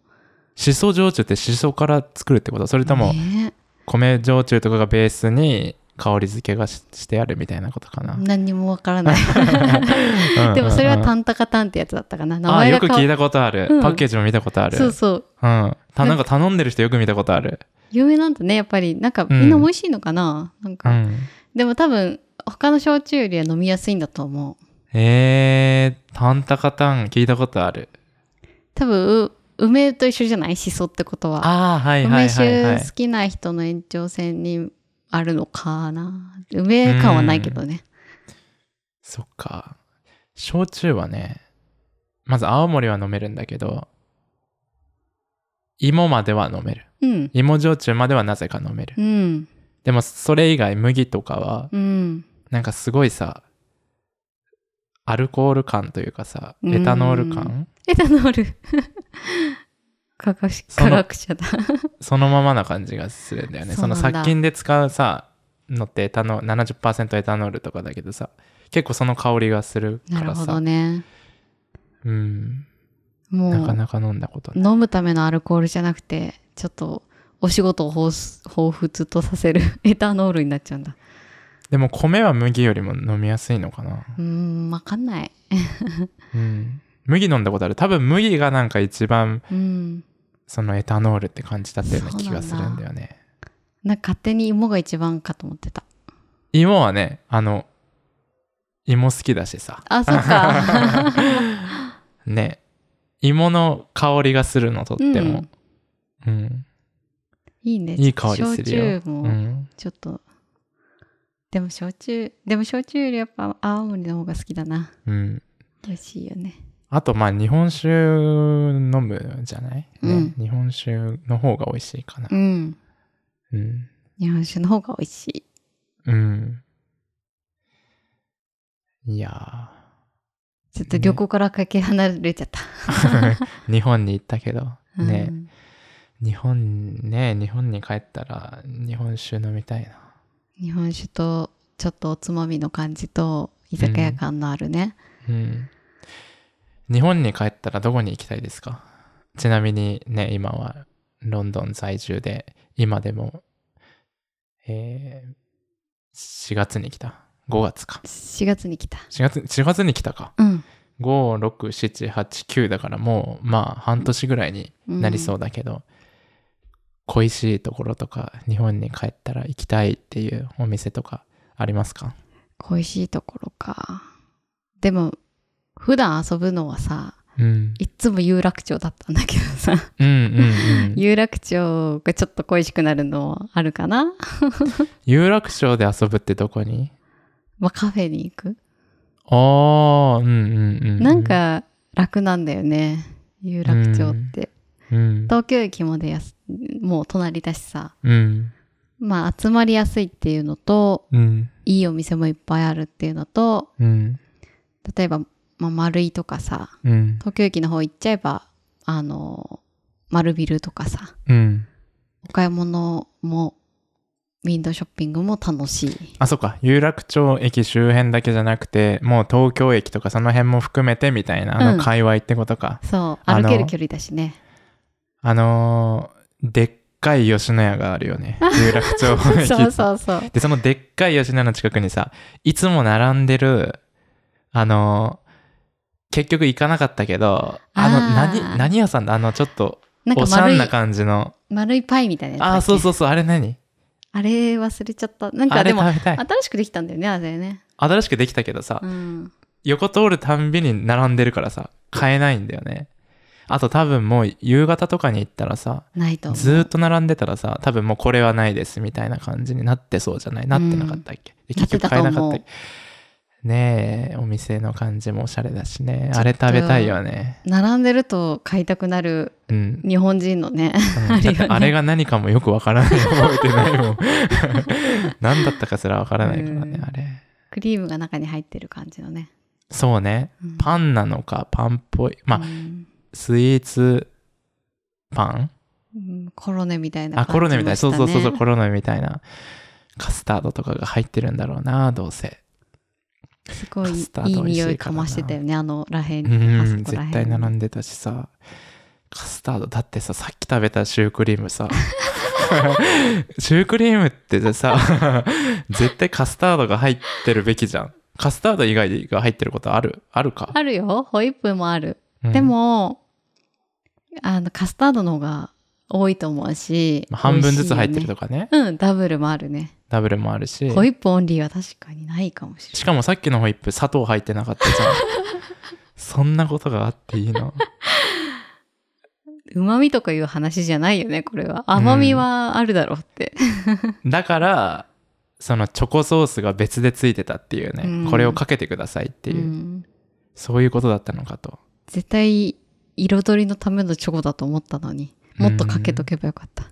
Speaker 1: しそ焼酎ってしそから作るってことそれとも
Speaker 2: ね
Speaker 1: 米焼酎とかがベースに香り付けがししてあるみたいなことかな、
Speaker 2: 何にもわか らない
Speaker 1: うん
Speaker 2: でもそれは
Speaker 1: うんうん
Speaker 2: タンタカタンってやつだったかな名
Speaker 1: あ
Speaker 2: 前
Speaker 1: よ
Speaker 2: が
Speaker 1: く
Speaker 2: 変わ
Speaker 1: 聞いたことある、
Speaker 2: うん
Speaker 1: パッケージも見たことある
Speaker 2: そうそう
Speaker 1: うんたなんか頼んでる人よく見たことある
Speaker 2: 有名なんだねやっぱりなんか
Speaker 1: うん
Speaker 2: みんな美味しいのかな,、なん
Speaker 1: う
Speaker 2: か
Speaker 1: ん
Speaker 2: でも多分他の焼酎よりは飲みやすいんだと思う
Speaker 1: えー、タンタカタン聞いたことある
Speaker 2: 多分う梅と一緒じゃないしそってことは
Speaker 1: ああはいはいは
Speaker 2: 梅
Speaker 1: いはい
Speaker 2: 酒好きな人の延長線にあるのかな梅感はないけどね
Speaker 1: そっか焼酎はね、まず青森は飲めるんだけど、芋までは飲める。
Speaker 2: うん。
Speaker 1: 芋焼酎まではなぜか飲める。
Speaker 2: うん。
Speaker 1: でもそれ以外麦とかは、
Speaker 2: うん。
Speaker 1: なんかすごいさ、アルコール感というかさ、
Speaker 2: うん
Speaker 1: エタノール感
Speaker 2: エタノール。 科学し
Speaker 1: その
Speaker 2: 科学 者だ。
Speaker 1: そのままな感じがするんだよね。
Speaker 2: そ
Speaker 1: そう
Speaker 2: なん
Speaker 1: の
Speaker 2: だ
Speaker 1: 殺菌で使うさ、のってエタノ70%エタノールとかだけどさ、結構その香りがする
Speaker 2: な
Speaker 1: か
Speaker 2: る
Speaker 1: ら
Speaker 2: ほ
Speaker 1: さ、
Speaker 2: どね。
Speaker 1: うん、
Speaker 2: も
Speaker 1: なか
Speaker 2: う、
Speaker 1: なか飲んだことない。
Speaker 2: 飲むためのアルコールじゃなくて、ちょっと、お仕事を彷彿彷彿とさせる エタノールになっちゃうんだ。
Speaker 1: でも米は麦よりも飲みやすいのかな。
Speaker 2: うーん、わかんない。
Speaker 1: うん、麦飲んだことある。多分麦がなんか一番
Speaker 2: うん。
Speaker 1: そのエタノールって感じだったような気がするんだよね。
Speaker 2: なんか勝手に芋が一番かと思ってた。
Speaker 1: 芋はね、あの、芋好きだしさ。
Speaker 2: あ、そ っか。
Speaker 1: ね芋の香りがするのとっても、うん
Speaker 2: いいね。
Speaker 1: いい香りするよ
Speaker 2: 焼酎
Speaker 1: う
Speaker 2: も、
Speaker 1: ん
Speaker 2: ちょっと、でも焼酎、でも焼酎よりやっぱ青森の方が好きだな。
Speaker 1: うん
Speaker 2: 美味しいよね。
Speaker 1: あとまあ日本酒飲むじゃない、ね
Speaker 2: うん
Speaker 1: 日本酒の方が美味しいかな
Speaker 2: うん。
Speaker 1: うん、
Speaker 2: 日本酒の方が美味しい。
Speaker 1: うんいや
Speaker 2: ちょっと旅行からかけ離れちゃった。
Speaker 1: ー日本に行ったけど
Speaker 2: うん
Speaker 1: ね、日本ね日本に帰ったら日本酒飲みたいな
Speaker 2: 日本酒と、ちょっとおつまみの感じと、居酒屋感のあるね。
Speaker 1: うん日本に帰ったらどこに行きたいですかちなみにね今はロンドン在住で今でもえー4月に来た5月か
Speaker 2: 4月に来た。
Speaker 1: 4月4月に来たか
Speaker 2: うん。
Speaker 1: 56789だからもうまあ半年ぐらいになりそうだけど、恋しいところとか日本に帰ったら行きたいっていうお店とかありますか
Speaker 2: 恋しいところか。でも、普段遊ぶのはさ、
Speaker 1: うん
Speaker 2: いっつも有楽町だったんだけどさ、
Speaker 1: うんうんうん
Speaker 2: 有楽町がちょっと恋しくなるのはあるかな
Speaker 1: 有楽町で遊ぶってどこに
Speaker 2: まあカフェに行く。
Speaker 1: ああ、うんうんうんうん。
Speaker 2: なん、か楽なんだよね。有楽町って。
Speaker 1: うん。
Speaker 2: 東京駅までやすもう隣だしさ。
Speaker 1: うん。
Speaker 2: まあ集まりやすいっていうのと、
Speaker 1: うん。
Speaker 2: いいお店もいっぱいあるっていうのと、
Speaker 1: うん。
Speaker 2: 例えば、まあ、丸井とかさ、
Speaker 1: うん。
Speaker 2: 東京駅の方行っちゃえば、あの、丸ビルとかさ、
Speaker 1: うん。
Speaker 2: お買い物も、ウィンドウショッピングも楽しい。
Speaker 1: あ、そっか。有楽町駅周辺だけじゃなくて、もう東京駅とかその辺も含めてみたいな、あ
Speaker 2: うん
Speaker 1: の界隈ってことか。
Speaker 2: そう、
Speaker 1: あ
Speaker 2: 歩
Speaker 1: の
Speaker 2: ける距離だしね。
Speaker 1: あのーでっかい吉野家があるよ ね。有楽町駅。
Speaker 2: そうそうそう。
Speaker 1: で、そのでっかい吉野家の近くにさ、いつも並んでる、あのー結局行かなかったけど、あの、
Speaker 2: あー
Speaker 1: 何、何屋さんだあの、ちょっと、
Speaker 2: なん
Speaker 1: お
Speaker 2: か
Speaker 1: しゃ
Speaker 2: 丸
Speaker 1: ん
Speaker 2: い
Speaker 1: な、感じの。
Speaker 2: 丸いパイみたいなやつだっけ。
Speaker 1: あー、そうそうそう、あれ何
Speaker 2: あれ忘れちゃった。なん
Speaker 1: あ
Speaker 2: か
Speaker 1: れ
Speaker 2: でも、
Speaker 1: 食べたい。
Speaker 2: 新しくできたんだよね、あれね。
Speaker 1: 新しくできたけどさ、
Speaker 2: うん。
Speaker 1: 横通るたんびに並んでるからさ、買えないんだよね。あと多分もう夕方とかに行ったらさ、
Speaker 2: ないと思う。
Speaker 1: ずーっと並んでたらさ、多分もうこれはないですみたいな感じになってそうじゃないなってなかったっけ、で
Speaker 2: なってたと思う
Speaker 1: っけねえ、お店の感じもおしゃれだしね。あれ食べたいよね。
Speaker 2: 並んでると買いたくなる
Speaker 1: うん。
Speaker 2: 日本人のね。
Speaker 1: うんだってあれが何かもよくわからない。覚えてないもん。 何だったかすらわからないからね
Speaker 2: う、ん
Speaker 1: あれ。
Speaker 2: クリームが中に入ってる感じのね。
Speaker 1: そうね。
Speaker 2: うん
Speaker 1: パンなのか、パンっぽい。まあ
Speaker 2: う、ん
Speaker 1: スイーツパン
Speaker 2: うんコロネみたいな
Speaker 1: あ、
Speaker 2: 感じ
Speaker 1: コロネみたいな。
Speaker 2: もした
Speaker 1: そう
Speaker 2: ね
Speaker 1: そうそうそう、コロネみたいな。カスタードとかが入ってるんだろうな、どうせ。
Speaker 2: すごい
Speaker 1: カスタード
Speaker 2: いい
Speaker 1: 美味しい
Speaker 2: 匂い
Speaker 1: か
Speaker 2: から
Speaker 1: な
Speaker 2: ましてたよね、あのらへ。
Speaker 1: うん
Speaker 2: あそ
Speaker 1: ん、
Speaker 2: こらへん
Speaker 1: 絶対並んでたしさ。カスタード、だってさ、さっき食べたシュークリーム さ。シュークリームってさ、 絶対カスタードが入ってるべきじゃん。カスタード以外が入ってることあるあるか。
Speaker 2: あるよ、ホイップもある。
Speaker 1: うん
Speaker 2: で、も、あの、カスタードの方が多いと思うし。
Speaker 1: まあ半分ずつ入ってる
Speaker 2: と
Speaker 1: とかね。
Speaker 2: うん、ダブルもあるね。
Speaker 1: ダブルもあるし。
Speaker 2: ホイップオンリーは確かにないかもしれない。
Speaker 1: しかもさっきのホイップ砂糖入ってなかったじゃん そんなことがあっていいの
Speaker 2: うまみとかいう話じゃないよねこれは甘みはあるだろうって、
Speaker 1: だからそのチョコソースが別でついてたっていうね、
Speaker 2: うん
Speaker 1: これをかけてくださいっていう、
Speaker 2: うん
Speaker 1: そういうことだったのかと。
Speaker 2: 絶対彩りのためのチョコだと思ったのにもっとかけとけばよかった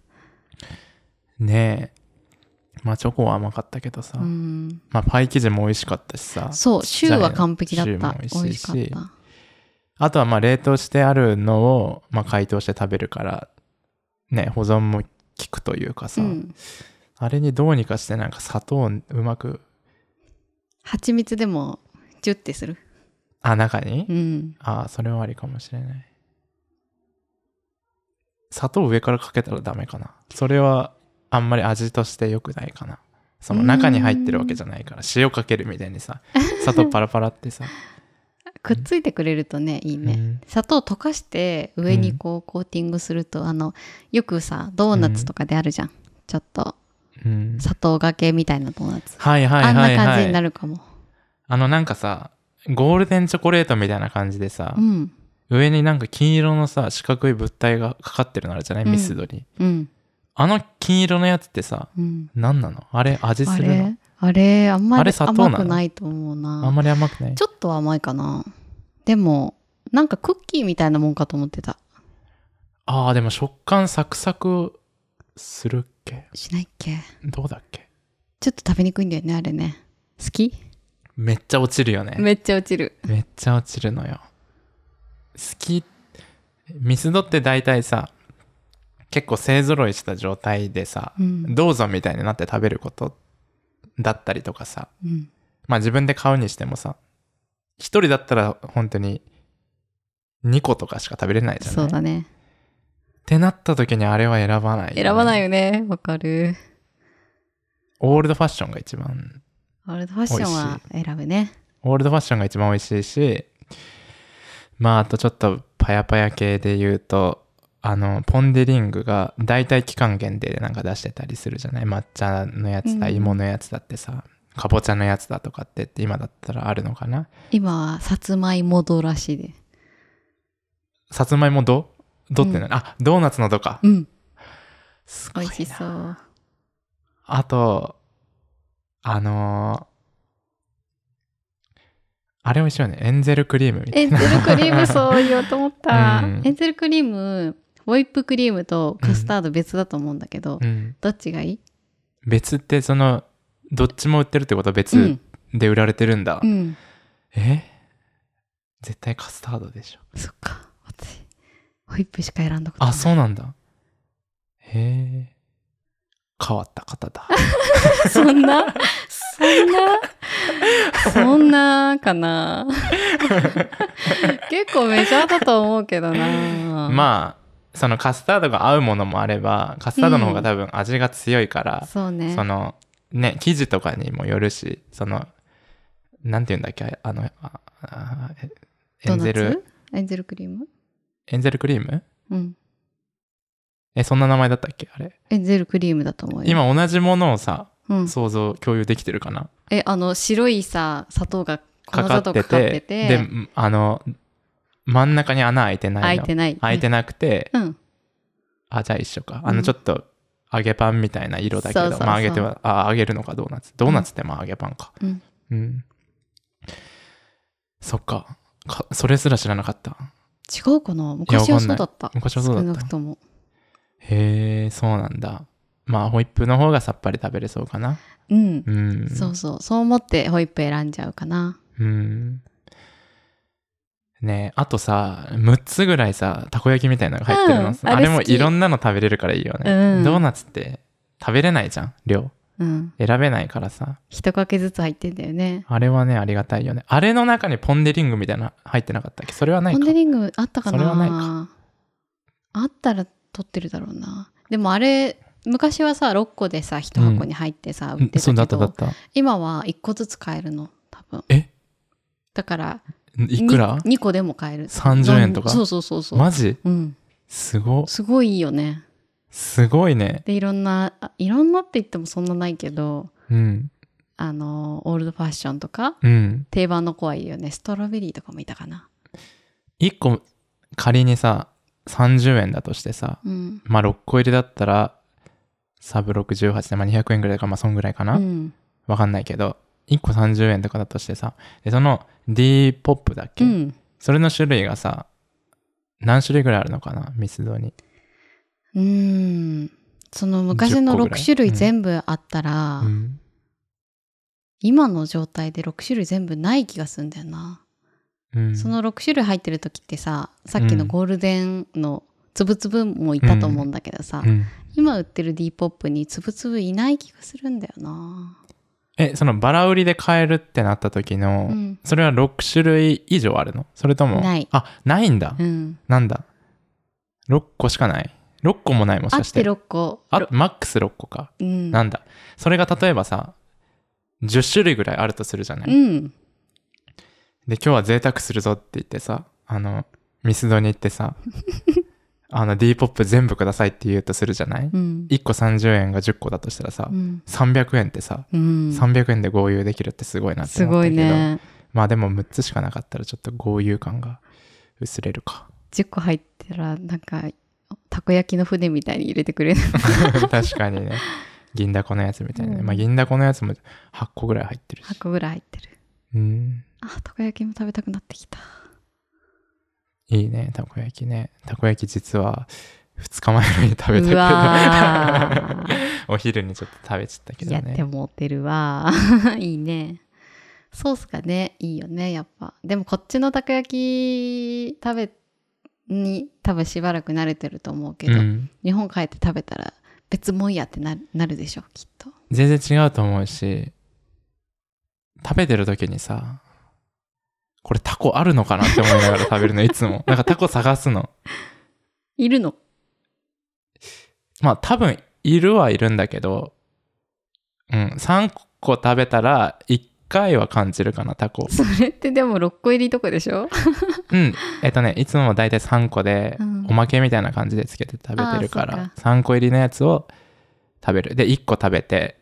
Speaker 1: ねえ。まあチョコは甘かったけどさ。
Speaker 2: うん
Speaker 1: まあパイ生地も美味しかったしさ。
Speaker 2: そうシューは完璧だっ
Speaker 1: シュー
Speaker 2: た
Speaker 1: も美
Speaker 2: 美
Speaker 1: 味しいし
Speaker 2: 味しかった
Speaker 1: あとはまあ冷凍してあるのを、まあ、解凍して食べるから、ね、保存も効くというかさ、
Speaker 2: うん
Speaker 1: あれにどうにかしてなんか砂糖をうまく、
Speaker 2: 蜂蜜でもジュッてする
Speaker 1: あ、中に、
Speaker 2: うん
Speaker 1: ああ、それはありかもしれない。砂糖上からかけたらダメかな。それはあんまり味として良くないかな。その中に入ってるわけじゃないから、塩かけるみたいに さ、砂糖パラパラってさ。
Speaker 2: くっついてくれるとねいいうね
Speaker 1: ん
Speaker 2: 砂糖溶かして上にこうコーティングするとあのよくさドーナツとかであるじゃんちょっと
Speaker 1: うん
Speaker 2: 砂糖がけみたいなドーナツ
Speaker 1: はいはいは
Speaker 2: あ
Speaker 1: い
Speaker 2: ん
Speaker 1: は。
Speaker 2: ない感じになるかも
Speaker 1: あのなんかさゴールデンチョコレートみたいな感じでさ
Speaker 2: う、ん
Speaker 1: 上になんか金色のさ四角い物体がかかってるのあるじゃない、
Speaker 2: うん
Speaker 1: ミスドに
Speaker 2: うん
Speaker 1: あの金色のやつってさ
Speaker 2: うん
Speaker 1: 何なのあれ味
Speaker 2: あ
Speaker 1: するの
Speaker 2: れあれあんま
Speaker 1: あれ
Speaker 2: り
Speaker 1: 砂糖な
Speaker 2: 甘
Speaker 1: の
Speaker 2: くないと思うな
Speaker 1: あんまり甘くない
Speaker 2: ちょっと甘いかなでもなんかクッキーみたいなもんかと思ってた
Speaker 1: あーでも食感サクサクするっけ
Speaker 2: しないっけ
Speaker 1: どうだっけ
Speaker 2: ちょっと食べにくいんだよねあれね好き
Speaker 1: めっちゃ落ちるよねめ
Speaker 2: めっちゃ落ちる
Speaker 1: っちゃ落ちるのよ好きミスドって大体さ結構勢ぞろいした状態でさ、
Speaker 2: うん
Speaker 1: どうぞみたいになって食べることだったりとかさ
Speaker 2: うん
Speaker 1: まあ自分で買うにしてもさ、一人だったら本当に2個とかしか食べれないじゃない
Speaker 2: そうだね
Speaker 1: ってなった時にあれは選ばない、
Speaker 2: 選ばない
Speaker 1: よ。
Speaker 2: よねわかる
Speaker 1: オールドファッションが一番、
Speaker 2: オールドファッションは選ぶね
Speaker 1: オールドファッションが一番美味しいし、まああとちょっとパヤパヤ系で言うと、あの、ポンデリングが大体期間限定でなんか出してたりするじゃない抹茶のやつだ、
Speaker 2: うん
Speaker 1: 芋のやつだってさ、かぼちゃのやつだとかってって今だったらあるのかな
Speaker 2: 今はさつまいもどらしいで
Speaker 1: さつまいもどどってな、あ、ドーナツのどか。
Speaker 2: うん
Speaker 1: すご
Speaker 2: 美
Speaker 1: いな
Speaker 2: 味しそう
Speaker 1: あと、あのーあれ美味しいよね。エンゼルクリームみた
Speaker 2: エ
Speaker 1: い
Speaker 2: ン
Speaker 1: な。
Speaker 2: ゼルクリームそう言おうと思った、
Speaker 1: うん
Speaker 2: エンゼルクリームホイップクリームとカスタード別だと思うんだけど、
Speaker 1: うん、
Speaker 2: どっちがいい
Speaker 1: 別ってその、どっちも売ってるってことは別で売られてるんだ。
Speaker 2: うん、うん、
Speaker 1: え絶対カスタードでしょ。
Speaker 2: そっか私ホイップしか選んだことない
Speaker 1: あ、そうなんだ。へえ。変わった方だ。
Speaker 2: そんなそんなそんな かな結構メジャーだと思うけどな
Speaker 1: まあ、そのカスタードが合うものもあれば、カスタードの方が多分味が強いから、
Speaker 2: そうね
Speaker 1: そのね生地とかにもよるしそのなんて言うんだっけあのああえエンゼ
Speaker 2: ドーナ
Speaker 1: ル
Speaker 2: ツエンゼルクリーム
Speaker 1: エンゼルクリーム
Speaker 2: うん
Speaker 1: えそんな名前だったっけあれ
Speaker 2: エンゼルクリームだと思うよ、
Speaker 1: 今同じものをさ
Speaker 2: うん、
Speaker 1: 想像共有できてるかな
Speaker 2: えあの白いさ砂糖が粉
Speaker 1: かか
Speaker 2: 砂
Speaker 1: って
Speaker 2: 糖
Speaker 1: て
Speaker 2: かかってて
Speaker 1: でんあの真ん中に穴開いてないの
Speaker 2: 開いてない
Speaker 1: 開いてなくて、
Speaker 2: うん
Speaker 1: あじゃあ一緒か
Speaker 2: ん
Speaker 1: あのちょっと揚げパンみたいな色だけど
Speaker 2: そうそうそう
Speaker 1: まあ揚げてはあ揚げるのかドーナツドーナツってまあ揚げパンか
Speaker 2: うん
Speaker 1: うん、そっかかそれすら知らなかった
Speaker 2: 違うかな昔はそうだった
Speaker 1: 昔はそうだった
Speaker 2: 少なくとも
Speaker 1: へえ、そうなんだ。まあ、ホイップの方がさっぱり食べれそうかな。
Speaker 2: うん、
Speaker 1: うん。
Speaker 2: そうそうそう思ってホイップ選んじゃうかな
Speaker 1: うん。ねえ、あとさ、6つぐらいさ、たこ焼きみたいなのが入ってるの、
Speaker 2: うん
Speaker 1: あ
Speaker 2: あ
Speaker 1: れ
Speaker 2: れ
Speaker 1: も
Speaker 2: 好き
Speaker 1: いろんなの食べれるからいいよね。
Speaker 2: うん
Speaker 1: ドーナツって食べれないじゃん、量。
Speaker 2: うん
Speaker 1: 選べないからさ。
Speaker 2: 一かけずつ入ってんだよね
Speaker 1: あれはね、ありがたいよね。あれの中にポンデリングみたいなの入ってなかったっけそれはない
Speaker 2: ポ
Speaker 1: か
Speaker 2: ン。デリングあったかな
Speaker 1: それはない
Speaker 2: あったら取ってるだろうなでもあれ昔はさ6個でさ1箱に入ってさ、
Speaker 1: う
Speaker 2: 売っ
Speaker 1: ん
Speaker 2: て
Speaker 1: そうだ
Speaker 2: た
Speaker 1: っ
Speaker 2: け
Speaker 1: ただっ
Speaker 2: ど
Speaker 1: た。
Speaker 2: 今は1個ずつ買えるの多分
Speaker 1: え
Speaker 2: だから
Speaker 1: いくら
Speaker 2: 2, 個でも買える
Speaker 1: ?30 円とか。
Speaker 2: そうそうそうそう、
Speaker 1: マジ
Speaker 2: うん
Speaker 1: すご。
Speaker 2: すごいいいよね
Speaker 1: すごいね。
Speaker 2: でいろんなあいろんなって言ってもそんなないけど
Speaker 1: うん。
Speaker 2: あのオールドファッションとか
Speaker 1: うん。
Speaker 2: 定番の子はいいよねストロベリーとかもいたかな
Speaker 1: 1個仮にさ30円だとしてさ
Speaker 2: うん
Speaker 1: まあ6個入りだったらサブ618で、まあ、200円ぐらいかまあそんぐらいかな、
Speaker 2: う
Speaker 1: わ
Speaker 2: ん
Speaker 1: かんないけど1個30円とかだとしてさでその D ポップだっけ、
Speaker 2: うん。
Speaker 1: それの種類がさ何種類ぐらいあるのかなミスドに
Speaker 2: うーん。その昔の
Speaker 1: 10個ぐらい
Speaker 2: 6種類
Speaker 1: うん
Speaker 2: 全部あったら、
Speaker 1: うん
Speaker 2: 今の状態で6種類全部ない気がするんだよな。
Speaker 1: うん
Speaker 2: その6種類入ってる時ってささっき
Speaker 1: う
Speaker 2: の
Speaker 1: ん
Speaker 2: ゴールデンのつぶつぶもいたと思うんだけどさ、
Speaker 1: うん
Speaker 2: 今売ってる D ポップにつぶつぶいない気がするんだよな。
Speaker 1: えそのバラ売りで買えるってなった時の、
Speaker 2: うん
Speaker 1: それは6種類以上あるのそれとも
Speaker 2: ない
Speaker 1: あないんだ、
Speaker 2: うん、
Speaker 1: なんだ6個しかない6個もないもし
Speaker 2: あ
Speaker 1: か
Speaker 2: っ
Speaker 1: してて
Speaker 2: 6個。
Speaker 1: あ
Speaker 2: ろ
Speaker 1: マックス6個か、
Speaker 2: うん、
Speaker 1: なんだそれが例えばさ10種類ぐらいあるとするじゃない、
Speaker 2: うん、
Speaker 1: で今日は贅沢するぞって言ってさあのミスドに行って さあの D ポップ全部くださいって言うとするじゃない、
Speaker 2: うん、
Speaker 1: 1個30円が10個だとしたらさ、
Speaker 2: うん、
Speaker 1: 300円ってさ
Speaker 2: うん、
Speaker 1: 300円で合流できるってすごいなって
Speaker 2: す
Speaker 1: 思っ
Speaker 2: ご
Speaker 1: た
Speaker 2: い
Speaker 1: けど、
Speaker 2: ね。
Speaker 1: まあでも6つしかなかったらちょっと合流感が薄れる か
Speaker 2: 10個入ったらなんかたこ焼きの船みたいに入れてくれる。
Speaker 1: 確かにね銀だこのやつみたいなね、
Speaker 2: うん
Speaker 1: まあ銀だこのやつも8個ぐらい入ってるし
Speaker 2: 8個ぐらい入ってる。
Speaker 1: うん
Speaker 2: あたこ焼きも食べたくなってきた。
Speaker 1: いいねたこ焼きねたこ焼き実は2日前に食べたけど
Speaker 2: うわ
Speaker 1: お昼にちょっと食べちゃったけど
Speaker 2: やって
Speaker 1: ね
Speaker 2: もうてるわ いいねソースがねいいよねやっぱでもこっちのたこ焼き食べに多分しばらく慣れてると思うけど、
Speaker 1: うん
Speaker 2: 日本帰って食べたら別もんやってななるでしょきっと
Speaker 1: 全然違うと思うし食べてる時にさこれタコあるのかなって思いながら食 べるのいつもなんかタコ探すの
Speaker 2: いるの
Speaker 1: まあ多分いるはいるんだけどうん3個食べたら1回は感じるかなタコ
Speaker 2: それってでも6個入りとかでしょ
Speaker 1: うん、えっとねいつも大体3個で、
Speaker 2: うん
Speaker 1: おまけみたいな感じでつけて食べてるから
Speaker 2: あーそ
Speaker 1: 3個入りのやつを食べるで1個食べて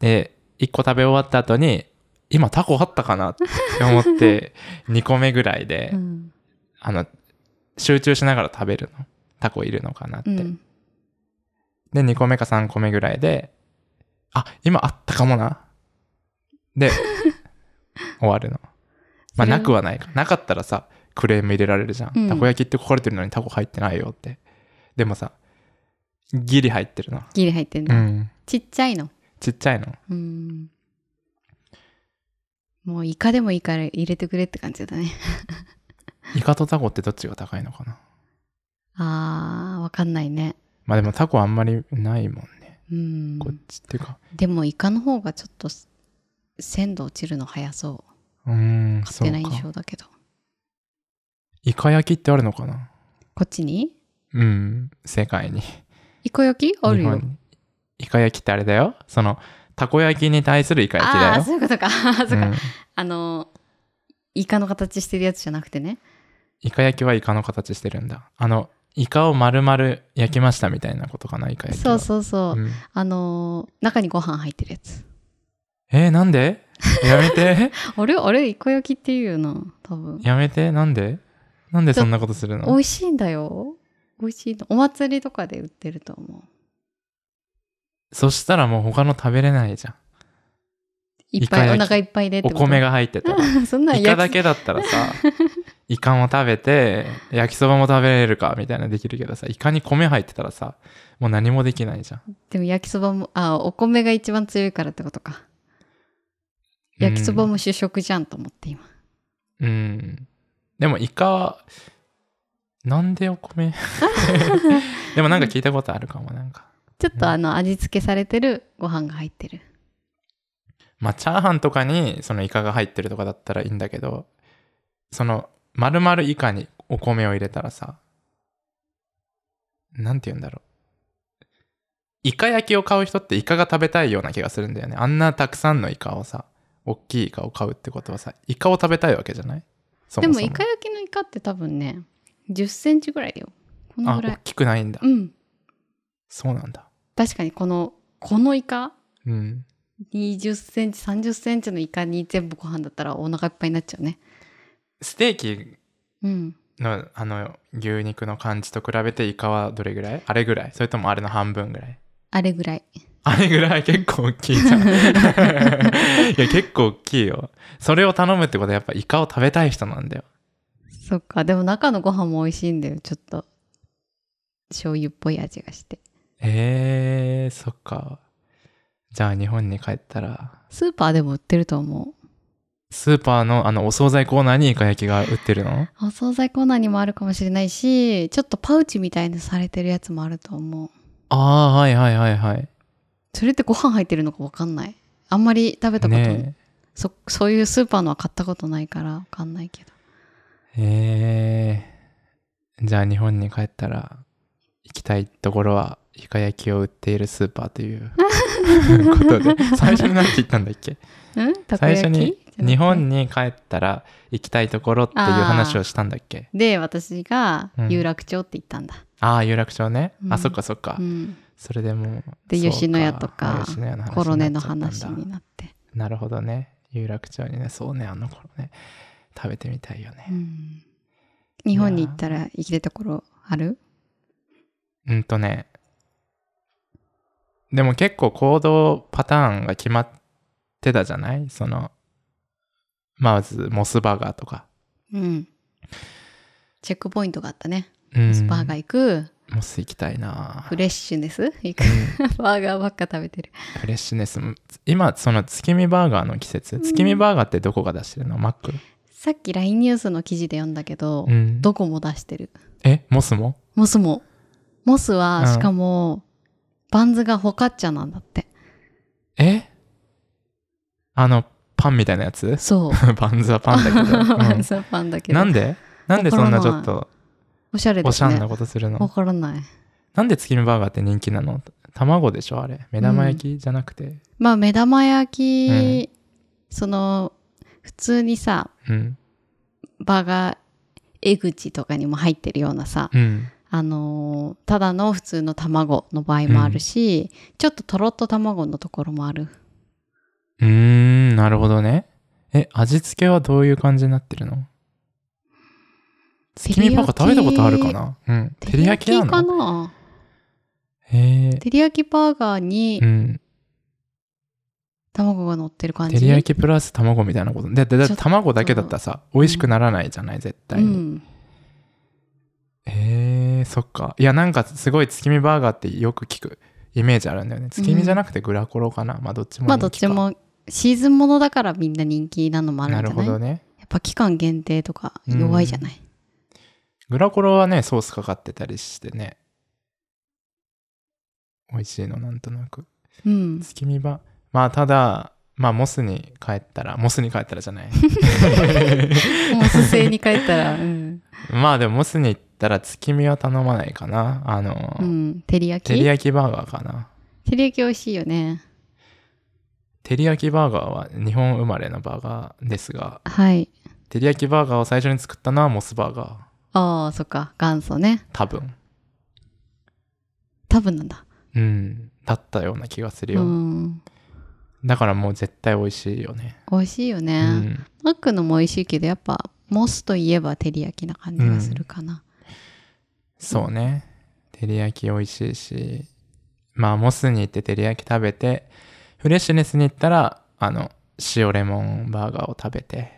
Speaker 1: で1個食べ終わった後に今タコあったかなって思って 2個目ぐらいで、
Speaker 2: うん、
Speaker 1: あの集中しながら食べるのタコいるのかなって、
Speaker 2: うん、
Speaker 1: で2個目か3個目ぐらいであ今あったかもな で終わるのまあ
Speaker 2: それは
Speaker 1: なくはないかなかったらさクレーム入れられるじゃん、
Speaker 2: うん
Speaker 1: たこ焼きって書かれてるのにタコ入ってないよってでもさギリ入ってるな
Speaker 2: ギリ入ってん
Speaker 1: う
Speaker 2: だ、
Speaker 1: ん
Speaker 2: ちっちゃいの
Speaker 1: ちっちゃいの
Speaker 2: うんもうイカでもいいから入れてくれって感じだね
Speaker 1: イカとタコってどっちが高いのかな
Speaker 2: あーわかんないね
Speaker 1: まあでもタコあんまりないもんね
Speaker 2: うん
Speaker 1: こっちっていうか
Speaker 2: でもイカの方がちょっとす鮮度落ちるの早そう
Speaker 1: うーん
Speaker 2: 勝手な
Speaker 1: そ
Speaker 2: 印
Speaker 1: うか
Speaker 2: 象だけど
Speaker 1: イカ焼きってあるのかな
Speaker 2: こっちに
Speaker 1: うん世界に
Speaker 2: イカ焼きある
Speaker 1: 日
Speaker 2: よ
Speaker 1: 本にイカ焼きってあれだよそのたこ焼きに対するイカ焼き
Speaker 2: ああー
Speaker 1: だ
Speaker 2: そういうことかそうか、
Speaker 1: よ、うん、
Speaker 2: あのイカの形してるやつじゃなくてね
Speaker 1: イカ焼きはイカの形してるんだあのイカを丸々焼きましたみたいなことかなイカ焼き
Speaker 2: そ
Speaker 1: は
Speaker 2: うそうそう、
Speaker 1: うん
Speaker 2: あのー中にご飯入ってるやつ
Speaker 1: えー、なんでやめて
Speaker 2: あれあれイカ焼きっていうよな多分
Speaker 1: やめてなんでなんでそんなことする
Speaker 2: 美
Speaker 1: の
Speaker 2: 味しいんだよ美味しいのお祭りとかで売ってると思う
Speaker 1: そしたらもう他の食べれないじゃん
Speaker 2: いっぱ
Speaker 1: イカ
Speaker 2: いお
Speaker 1: 焼き
Speaker 2: 腹いっぱいでって
Speaker 1: お
Speaker 2: こと
Speaker 1: 米が入ってたら
Speaker 2: そんなん
Speaker 1: イカだ
Speaker 2: 焼き
Speaker 1: けだったら さイカも食べて焼きそばも食べれるかみたいなできるけどさイカに米入ってたらさもう何もできないじゃん
Speaker 2: でも焼きそばもあお米が一番強いからってことか焼きそばも主食じゃんと思って今、
Speaker 1: うん。でもイカは、なんでお米 でもなんか聞いたことあるかも、なんか。
Speaker 2: ちょっとあの味付けされてるご飯が入ってる
Speaker 1: まあ、チャーハンとかにそのイカが入ってるとかだったらいいんだけど、その、丸々イカにお米を入れたらさ、なんて言うんだろう。イカ焼きを買う人ってイカが食べたいような気がするんだよね。あんなたくさんのイカをさ、大きいイカを買うってことはさ、イカを食べたいわけじゃないそ
Speaker 2: で
Speaker 1: も
Speaker 2: も
Speaker 1: そも
Speaker 2: イカ焼きのイカって多分ね1 0ンチぐらいだよこの
Speaker 1: あ、
Speaker 2: ぐら
Speaker 1: 大
Speaker 2: い
Speaker 1: きくないんだ。
Speaker 2: うん
Speaker 1: そうなんだ。
Speaker 2: 確かにこのこのイカ
Speaker 1: うん。
Speaker 2: 2 0ンチ3 0ンチのイカに全部ご飯だったらお腹いっぱいになっちゃうね
Speaker 1: ステーキ
Speaker 2: うん
Speaker 1: のあの牛肉の感じと比べてイカはどれぐらいあれぐらいそれともあれの半分ぐらい
Speaker 2: あれぐらい
Speaker 1: あれぐらい結構大きいじゃ ん。いや、結構大きいよ。それを頼むってことはやっぱイカを食べたい人なんだよ。
Speaker 2: そっかでも中のご飯も美味しいんだよちょっと醤油っぽい味がして
Speaker 1: えー、そっか。じゃあ日本に帰ったら、
Speaker 2: スーパーでも売ってると思う
Speaker 1: スーパーのあのお惣菜コーナーにイカ焼きが売ってるの
Speaker 2: お惣菜コーナーにもあるかもしれないしちょっとパウチみたいなされてるやつもあると思う
Speaker 1: ああ、はいはいはいはい。
Speaker 2: それってご飯入ってるのか分かんないあんまり食べたことない、
Speaker 1: ね
Speaker 2: そそういうスーパーのは買ったことないから分かんないけど
Speaker 1: え。えー、じゃあ日本に帰ったら、行きたいところは、イカ焼きを売っているスーパーという ことで、最初に何て言ったんだっけ
Speaker 2: うんたこ
Speaker 1: 最
Speaker 2: 焼き
Speaker 1: 初に
Speaker 2: じゃなくて
Speaker 1: 日本に帰ったら行きたいところっていう話をしたんだっけ
Speaker 2: で私が
Speaker 1: うん
Speaker 2: 有楽町って言ったんだ、
Speaker 1: ああ有楽町ね、
Speaker 2: うん
Speaker 1: あそっかそっか、
Speaker 2: うん
Speaker 1: それでもう
Speaker 2: で
Speaker 1: そう
Speaker 2: 吉野家とか
Speaker 1: 吉野家の話になっちゃったんだ
Speaker 2: コロネの話になって、
Speaker 1: なるほどね有楽町にねそうねあの頃ね食べてみたいよ
Speaker 2: う
Speaker 1: ね
Speaker 2: ん、日本に行ったら行きたいところある
Speaker 1: うんとねでも結構行動パターンが決まってたじゃないそのまずモスバーガーとか、
Speaker 2: うんチェックポイントがあったね
Speaker 1: うん、
Speaker 2: スパーガー行く
Speaker 1: モス行きたいな
Speaker 2: フレッシュネス行く
Speaker 1: うん
Speaker 2: バーガーばっか食べてる
Speaker 1: フレッシュネスも今その月見バーガーの季節月見バーガーってどこが出してるの、マック、
Speaker 2: さっき LINE ニュースの記事で読んだけど、
Speaker 1: うん、
Speaker 2: どこも出してる
Speaker 1: えモスも
Speaker 2: モスもモスは、
Speaker 1: うん
Speaker 2: しかもバンズがホカッチャなんだって
Speaker 1: えあのパンみたいなやつ
Speaker 2: そう
Speaker 1: バンズはパンだけど、
Speaker 2: バ ン
Speaker 1: う
Speaker 2: ズはパンだけ
Speaker 1: ん、
Speaker 2: ど
Speaker 1: なんでなんでそんなちょっと
Speaker 2: おしゃれ
Speaker 1: お
Speaker 2: で
Speaker 1: し
Speaker 2: す
Speaker 1: ゃ
Speaker 2: ね
Speaker 1: んなことするの、
Speaker 2: わからない
Speaker 1: なんで月見バーガーって人気なの卵でしょあれ目玉焼きじゃなくて
Speaker 2: まあ目玉焼き、その普通にさ
Speaker 1: うん
Speaker 2: バーガーエグチとかにも入ってるようなさ、
Speaker 1: うん
Speaker 2: あのーただの普通の卵の場合もあるし、ちょっととろっと卵のところもある
Speaker 1: うーんなるほどねえ味付けはどういう感じになってるの月見バーガー食べたことあるかなうん照り焼きなの
Speaker 2: かな
Speaker 1: へえ
Speaker 2: 照り焼きバーガーに
Speaker 1: うん、
Speaker 2: 卵が乗ってる感じ
Speaker 1: 照り焼きプラス卵みたいなことででだっ
Speaker 2: ち
Speaker 1: て
Speaker 2: ょっと
Speaker 1: 卵だけだったらさ美味しくならないじゃない絶対
Speaker 2: う
Speaker 1: に、
Speaker 2: ん、
Speaker 1: へえそっかいやなんかすごい月見バーガーってよく聞くイメージあるんだよね月見じゃなくてグラコロかな、まあどっちも
Speaker 2: まあど
Speaker 1: 人
Speaker 2: っ
Speaker 1: 気
Speaker 2: ち
Speaker 1: か
Speaker 2: もシーズンものだからみんな人気なのもあるん
Speaker 1: な
Speaker 2: じゃ
Speaker 1: る
Speaker 2: ない
Speaker 1: ほどね
Speaker 2: やっぱ期間限定とか弱いじゃない、
Speaker 1: グラコロはねソースかかってたりしてね美味しいのなんとなく
Speaker 2: う ん
Speaker 1: 月見バまあただまあモスに帰ったらモスに帰ったらじ ゃない
Speaker 2: もう蘇生に帰った ら、うん
Speaker 1: まあでもモスに行ったら月見は頼まないかなあの、
Speaker 2: うん、照り焼き
Speaker 1: 照り焼きバーガーかな
Speaker 2: 照り焼き美味しいよね
Speaker 1: 照り焼きバーガーは日本生まれのバーガーですが
Speaker 2: はい
Speaker 1: 照り焼きバーガーを最初に作ったのはモスバーガー
Speaker 2: ああそっか元祖ね
Speaker 1: 多分
Speaker 2: 多分なんだ
Speaker 1: うんだったような気がする
Speaker 2: う
Speaker 1: よ、
Speaker 2: ん
Speaker 1: だからもう絶対美味しいよね
Speaker 2: 美味しいよね、
Speaker 1: うん
Speaker 2: マックのも美味しいけどやっぱモスといえば照り焼きな感じがするかな、
Speaker 1: そうね照り焼き美味しいしまあモスに行って照り焼き食べてフレッシュネスに行ったらあの塩レモンバーガーを食べて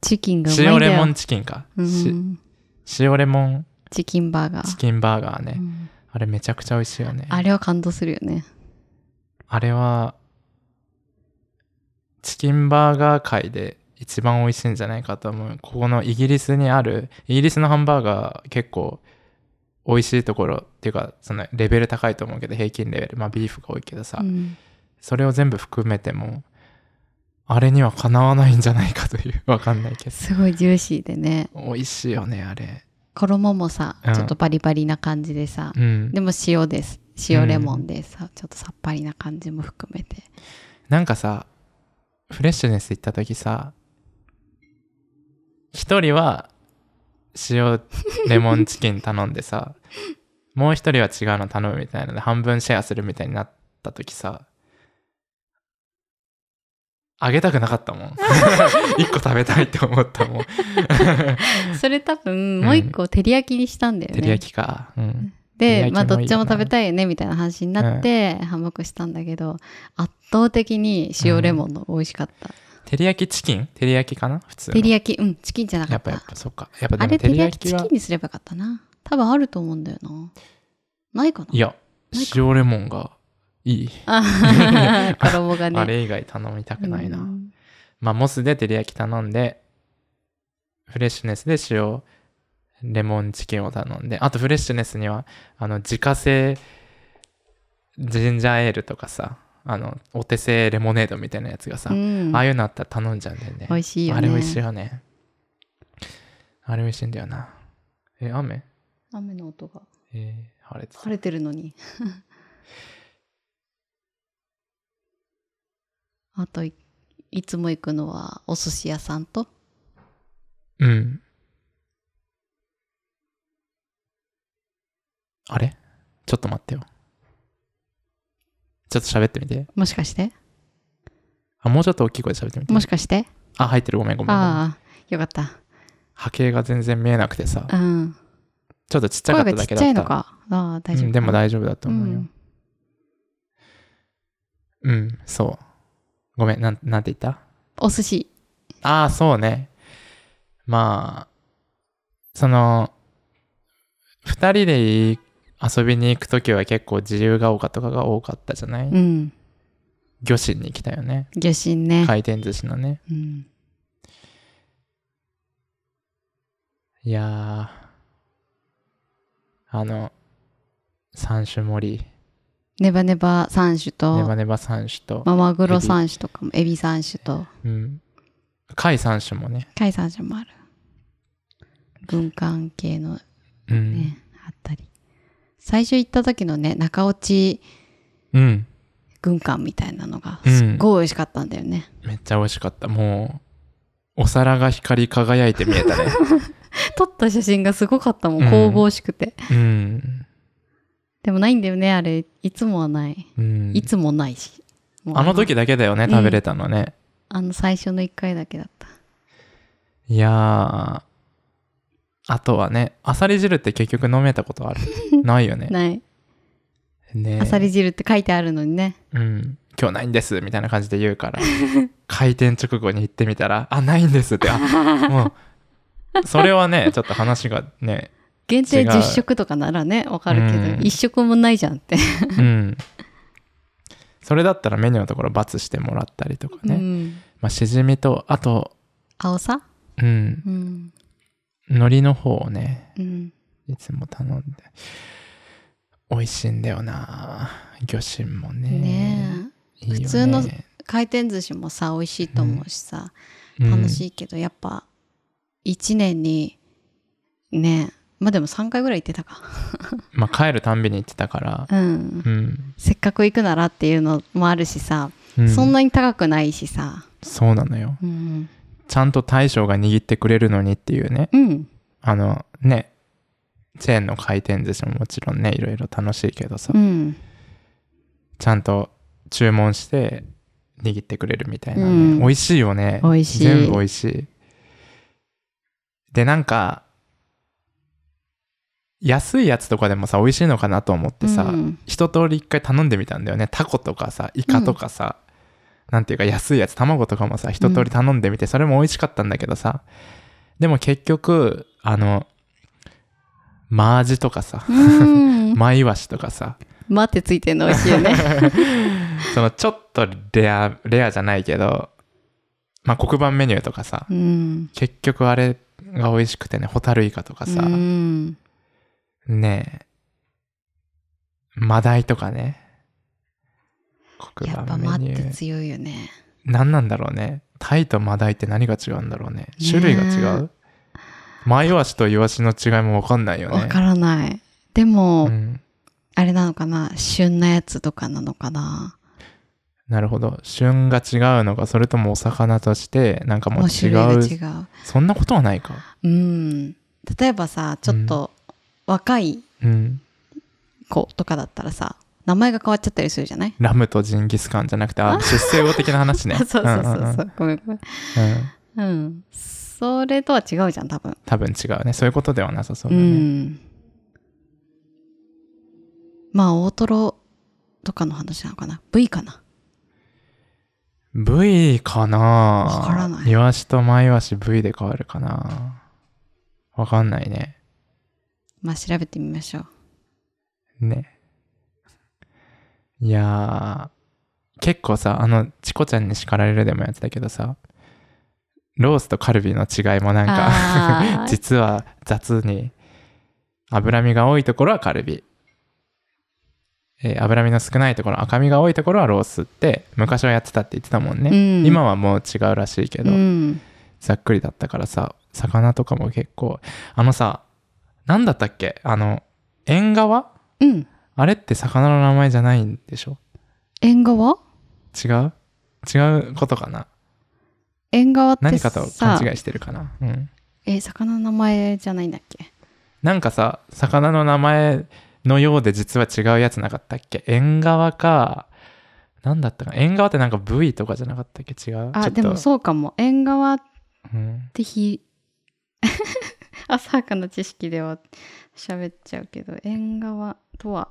Speaker 2: チキンがうまいん
Speaker 1: 塩
Speaker 2: だよ
Speaker 1: レモンチキンか、
Speaker 2: うん
Speaker 1: し塩レモン
Speaker 2: チキンバーガ
Speaker 1: チ
Speaker 2: ー、
Speaker 1: キンバーガーね、
Speaker 2: うん
Speaker 1: あれめちゃくちゃ美味しいよね
Speaker 2: あれは感動するよね
Speaker 1: あれは、チキンバーガー界で一番美味しいんじゃないかと思う。ここのイギリスにある、イギリスのハンバーガー結構美味しいところっていうか、そのレベル高いと思うけど、平均レベル。まあビーフが多いけどさ、
Speaker 2: うん
Speaker 1: それを全部含めても、あれにはかなわないんじゃないかという、わかんないけど。
Speaker 2: すごいジューシーでね
Speaker 1: 美味しいよね、あれ。
Speaker 2: 衣もさ、
Speaker 1: うん
Speaker 2: ちょっとバリバリな感じでさ、
Speaker 1: うん。
Speaker 2: でも塩です塩レモンでさ、ちょっとさっぱりな感じも含めて
Speaker 1: なんかさ、フレッシュネス行った時さ、一人は塩レモンチキン頼んでさ、もう一人は違うの頼むみたいなので、半分シェアするみたいになった時さ、あげたくなかったもん。 一個食べたいって思った もん。
Speaker 2: それ多分もう一個照り焼きにしたんだよね、
Speaker 1: 照り焼きか。うん。
Speaker 2: で
Speaker 1: 照り焼きもいいよな
Speaker 2: まあ、どっちも食べたいよねみたいな話になって、ハンモックしたんだけど圧倒的に塩レモンの方が美味しかった、
Speaker 1: 照り焼きチキン照り焼きかな普通の
Speaker 2: 照り焼きうんチキンじゃなか
Speaker 1: や
Speaker 2: っ
Speaker 1: っぱ
Speaker 2: た
Speaker 1: やっぱそうかやっぱ
Speaker 2: あ
Speaker 1: で
Speaker 2: れ
Speaker 1: も照
Speaker 2: 照り
Speaker 1: り焼
Speaker 2: 焼き
Speaker 1: き
Speaker 2: チキ
Speaker 1: は
Speaker 2: ンにすればよかったな多分あると思うんだよなないかない
Speaker 1: や
Speaker 2: ないか
Speaker 1: 塩レモンがいい
Speaker 2: あ 衣がね
Speaker 1: あれ以外頼みたくないな、
Speaker 2: うん
Speaker 1: まあモスで照り焼き頼んでフレッシュネスで塩レモンチキンを頼んであとフレッシュネスにはあの自家製ジンジャーエールとかさあのお手製レモネードみたいなやつがさ、
Speaker 2: うん
Speaker 1: ああいうのあったら頼んじゃうんだよね
Speaker 2: 美味しいよね
Speaker 1: あれ美味しいよねあれ美味しいんだよなえ雨
Speaker 2: 雨の音が
Speaker 1: えー晴れてた
Speaker 2: 晴れてる のにあといいつも行くのはお寿司屋さんと
Speaker 1: うんあれちょっと待ってよちょっと喋ってみて
Speaker 2: もしかして
Speaker 1: あもうちょっと大きい声で喋ってみて
Speaker 2: もしかして
Speaker 1: あ入ってるごめんごめんごめん
Speaker 2: ああよかった
Speaker 1: 波形が全然見えなくてさ
Speaker 2: うん
Speaker 1: ちょっとちっちゃか
Speaker 2: 声
Speaker 1: った
Speaker 2: がち
Speaker 1: だけ
Speaker 2: っ
Speaker 1: だっ
Speaker 2: ち
Speaker 1: た
Speaker 2: ゃいのかああ大丈夫
Speaker 1: うんでも
Speaker 2: 丈
Speaker 1: 大丈夫だと思うよ、うん、そう。ごめん、なん、なんて言った
Speaker 2: お寿司
Speaker 1: ああ、そうね。まあ、その、二人でい遊びに行くときは結構自由が丘とかが多かったじゃない、
Speaker 2: うん
Speaker 1: 魚心に来たよね。
Speaker 2: 魚心ね、
Speaker 1: 回転寿司のね。
Speaker 2: うん、
Speaker 1: いやー、あの、三種盛り、
Speaker 2: ネバネバ三種と
Speaker 1: ネバネバ三種と、
Speaker 2: まあマグロ三種とかもエビ三種と
Speaker 1: うん。貝三種もね。
Speaker 2: 海三種もある軍艦系の
Speaker 1: うん。
Speaker 2: ね、あったり最初行った時のね中落ち
Speaker 1: うん。
Speaker 2: 軍艦みたいなのが
Speaker 1: うん
Speaker 2: すっごい美味しかったんだよね、
Speaker 1: めっちゃ美味しかった。もう、お皿が光り輝いて見え たね。
Speaker 2: 撮った写真がすごかったもん
Speaker 1: うん
Speaker 2: 神々しくて、
Speaker 1: うん。
Speaker 2: でもないんだよねあれいつもはない
Speaker 1: うん、
Speaker 2: いつもないし、もう
Speaker 1: あの時だけだよね、
Speaker 2: うん
Speaker 1: 食べれたのね。
Speaker 2: あの最初の1回だけだった
Speaker 1: いやー、あとはね、あさり汁って結局飲めた ことあるないよね。
Speaker 2: ない
Speaker 1: ね
Speaker 2: あさり汁って書いてあるのにね
Speaker 1: うん。今日ないんです、みたいな感じで言うから。 開店直後に行ってみたら、あ、ないんです って、あ、もう、それはね、ちょっと話がね、
Speaker 2: 限定
Speaker 1: 違う
Speaker 2: 10食とかならねわかるけど、
Speaker 1: うん
Speaker 2: 1食もないじゃんって、
Speaker 1: うん。それだったらメニューのところ×してもらったりとかね。
Speaker 2: うん
Speaker 1: まあ、しじみと、あと、
Speaker 2: 青さ
Speaker 1: うん、
Speaker 2: うん
Speaker 1: 海苔の方をね、
Speaker 2: うん
Speaker 1: いつも頼んで。美味しいんだよな魚心もね。
Speaker 2: ね
Speaker 1: いいよね
Speaker 2: 普通のえ回転寿司もさ美味しいと思うしさ、楽
Speaker 1: い。
Speaker 2: しいけど、やっぱ1年にねまあでも3回ぐらい行ってたか
Speaker 1: うんまあ帰るたんびに行ってたから。
Speaker 2: うん
Speaker 1: うん。
Speaker 2: せっかく行くならっていうのもあるしさ、
Speaker 1: うん
Speaker 2: そんなに高くないしさ
Speaker 1: そうなのよ。
Speaker 2: うん、
Speaker 1: ちゃんと大将が握ってくれるのにっていうね。
Speaker 2: うん、
Speaker 1: あの、ね。チェーンの回転寿司ももちろんね、いろいろ楽しいけどさ。
Speaker 2: うん
Speaker 1: ちゃんと注文して握ってくれるみたいなね、
Speaker 2: うん
Speaker 1: 美味しいよね
Speaker 2: 美味しい
Speaker 1: 全部美味しいでなんか安いやつとかでもさ美味しいのかなと思ってさ、
Speaker 2: うん
Speaker 1: 一通り一回頼んでみたんだよねタコとかさイカとかさ、なんていうか安いやつ卵とかもさ一通り頼んでみて、それも美味しかったんだけどさでも結局あのマージとかさ、
Speaker 2: うん、
Speaker 1: マイワシとかさ
Speaker 2: 待ってついてんの美味しいよね
Speaker 1: そのちょっとレア、レアじゃないけど、まあ黒板メニューとかさ、
Speaker 2: うん
Speaker 1: 結局あれが美味しくてね、ホタルイカとかさ、
Speaker 2: うん
Speaker 1: ねえ、マダイとかね、黒
Speaker 2: やっぱ
Speaker 1: 板メ
Speaker 2: 待っ
Speaker 1: ニ
Speaker 2: て
Speaker 1: ュー。
Speaker 2: 強いよね
Speaker 1: 何なんだろうね。タイとマダイって何が違うんだろうね。種類が違うマイワシとイワシの違いも分かんないよね。
Speaker 2: わからないでも、
Speaker 1: うん。
Speaker 2: あれなのかな旬なやつとかなのかな
Speaker 1: なるほど。旬が違うのか、それともお魚として、なんかも
Speaker 2: も
Speaker 1: う
Speaker 2: う種
Speaker 1: 違
Speaker 2: 類が
Speaker 1: う。
Speaker 2: 違う
Speaker 1: そんなことはないか。
Speaker 2: うん例えばさちょっと若い
Speaker 1: うん。
Speaker 2: 子とかだったらさ名前が変わっちゃったりするじゃない、
Speaker 1: ラムとジンギスカンじゃなくて、あ出世魚的な話ね。
Speaker 2: そうそうそう
Speaker 1: ん
Speaker 2: そう、
Speaker 1: んん
Speaker 2: ごめんごめん
Speaker 1: うん
Speaker 2: うんそれとは違うじゃん多分
Speaker 1: 多分違うね。そういうことではなさそう
Speaker 2: う
Speaker 1: だね。
Speaker 2: んまあ大トロとかの話なのかな V かな
Speaker 1: V かな
Speaker 2: わからない
Speaker 1: イワシとマイワシ V で変わるかなわかんないね。
Speaker 2: まあ調べてみましょう
Speaker 1: ね。いやー、結構さ、あの、チコちゃんに叱られるでもやってたけどさ、ロースとカルビの違いもなん
Speaker 2: あ
Speaker 1: か
Speaker 2: ー
Speaker 1: 実は雑に脂身が多いところはカルビ、えー脂身の少ないところ赤身が多いところはロースって昔はやってたって言ってたもんね、
Speaker 2: うん
Speaker 1: 今はもう違うらしいけど、
Speaker 2: うん
Speaker 1: ざっくりだったからさ魚とかも結構あのさ何だったっけあの縁側
Speaker 2: うん
Speaker 1: あれって魚の名前じゃないんでしょ
Speaker 2: 縁側
Speaker 1: 違う違うことかな
Speaker 2: 縁側って
Speaker 1: 何
Speaker 2: さ
Speaker 1: かと勘違いしてるかなうん
Speaker 2: え魚の名前じゃないんだっけ
Speaker 1: なんかさ魚の名前のようで実は違うやつなかったっけ縁側か何だったか縁側ってなんか部位とかじゃなかったっけ違うちょ
Speaker 2: あ
Speaker 1: っ
Speaker 2: で
Speaker 1: と
Speaker 2: もそうかも縁側っ
Speaker 1: うん
Speaker 2: てひ 浅はかな知識では喋っちゃうけど縁側とは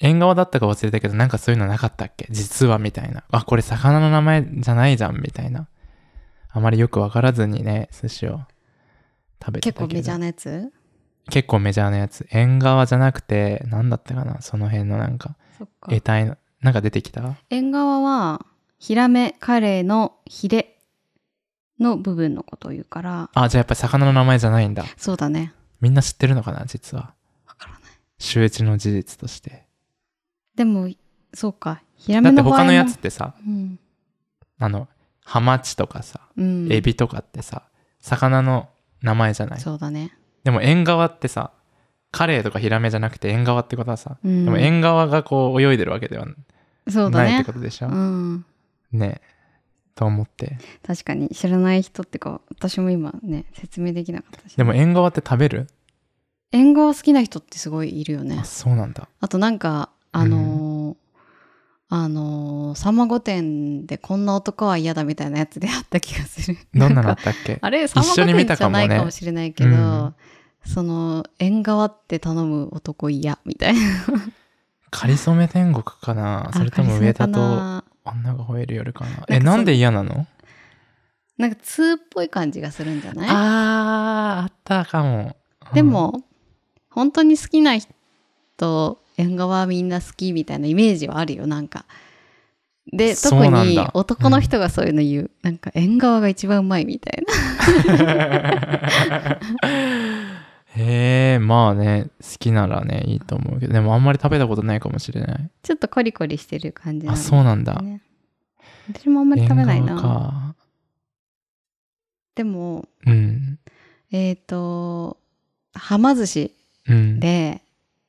Speaker 1: 縁側だったか忘れたけどなんかそういうのなかったっけ実はみたいなあこれ魚の名前じゃないじゃんみたいなあまりよく分からずにね寿司を食べてたけ
Speaker 2: 結
Speaker 1: ど
Speaker 2: 構メジャーなやつ
Speaker 1: 結構メジャーなやつ縁側じゃなくて何だったかなその辺のなんか
Speaker 2: そっか
Speaker 1: 得体のなんか出てきた
Speaker 2: 縁側はヒラメカレーのヒレの部分のことを言うから
Speaker 1: あじゃあやっぱり魚の名前じゃないんだ
Speaker 2: そうだね
Speaker 1: みんな知ってるのかな実は
Speaker 2: わからない
Speaker 1: 周知の事実として
Speaker 2: でもそうかヒラ
Speaker 1: だ
Speaker 2: メ
Speaker 1: って
Speaker 2: の場
Speaker 1: 他
Speaker 2: 合も
Speaker 1: のやつってさ
Speaker 2: うん、
Speaker 1: あのハマチとかさ
Speaker 2: うん、
Speaker 1: エビとかってさ魚の名前じゃない
Speaker 2: そうだね、
Speaker 1: でも縁側ってさカレイとかヒラメじゃなくて縁側ってことはさ、
Speaker 2: うん、
Speaker 1: でも縁側がこう泳いでるわけでは
Speaker 2: そう
Speaker 1: な
Speaker 2: だ
Speaker 1: いって
Speaker 2: ね
Speaker 1: ことでし
Speaker 2: う
Speaker 1: ょ
Speaker 2: ん
Speaker 1: ねと思って
Speaker 2: 確かに知らない人ってか私も今ね説明できなかったし
Speaker 1: でも縁側って食べる
Speaker 2: 縁側好きな人ってすごいいるよね
Speaker 1: あそうなんだ
Speaker 2: あとなんかあのーあのー、さんま御殿でこんな男は嫌だみたいなやつであった気がする
Speaker 1: どんなのあ
Speaker 2: か
Speaker 1: ったっ け
Speaker 2: あれ、サマ
Speaker 1: 一緒に見た
Speaker 2: じ
Speaker 1: か
Speaker 2: ゃ
Speaker 1: もね
Speaker 2: ないかもしれないけど、
Speaker 1: うん
Speaker 2: その、縁側って頼む男嫌、みたいな。
Speaker 1: かりそめ天国かなそれとも
Speaker 2: あ
Speaker 1: 上田。
Speaker 2: カリスマか
Speaker 1: と
Speaker 2: な
Speaker 1: 女が吠える夜かな
Speaker 2: そう
Speaker 1: えなんで嫌なの
Speaker 2: なんか、通っぽい感じがするんじゃない
Speaker 1: あーあったかも、うん
Speaker 2: でも、本当に好きな人、縁側みんな好きみたいなイメージはあるよ、なんか。で、
Speaker 1: そ
Speaker 2: 特
Speaker 1: うなん
Speaker 2: に
Speaker 1: だ
Speaker 2: 男の人がそういうの言う。なんか、縁側が一番うまいみたいな。
Speaker 1: へえまあね好きならねいいと思うけどでもあんまり食べたことないかもしれない
Speaker 2: ちょっとコリコリしてる感じなん
Speaker 1: あ
Speaker 2: です
Speaker 1: そうなんだ、
Speaker 2: ね。私もあんまり食べないな。
Speaker 1: か
Speaker 2: でも、
Speaker 1: うん
Speaker 2: えっ、と、はま寿司
Speaker 1: うん
Speaker 2: で、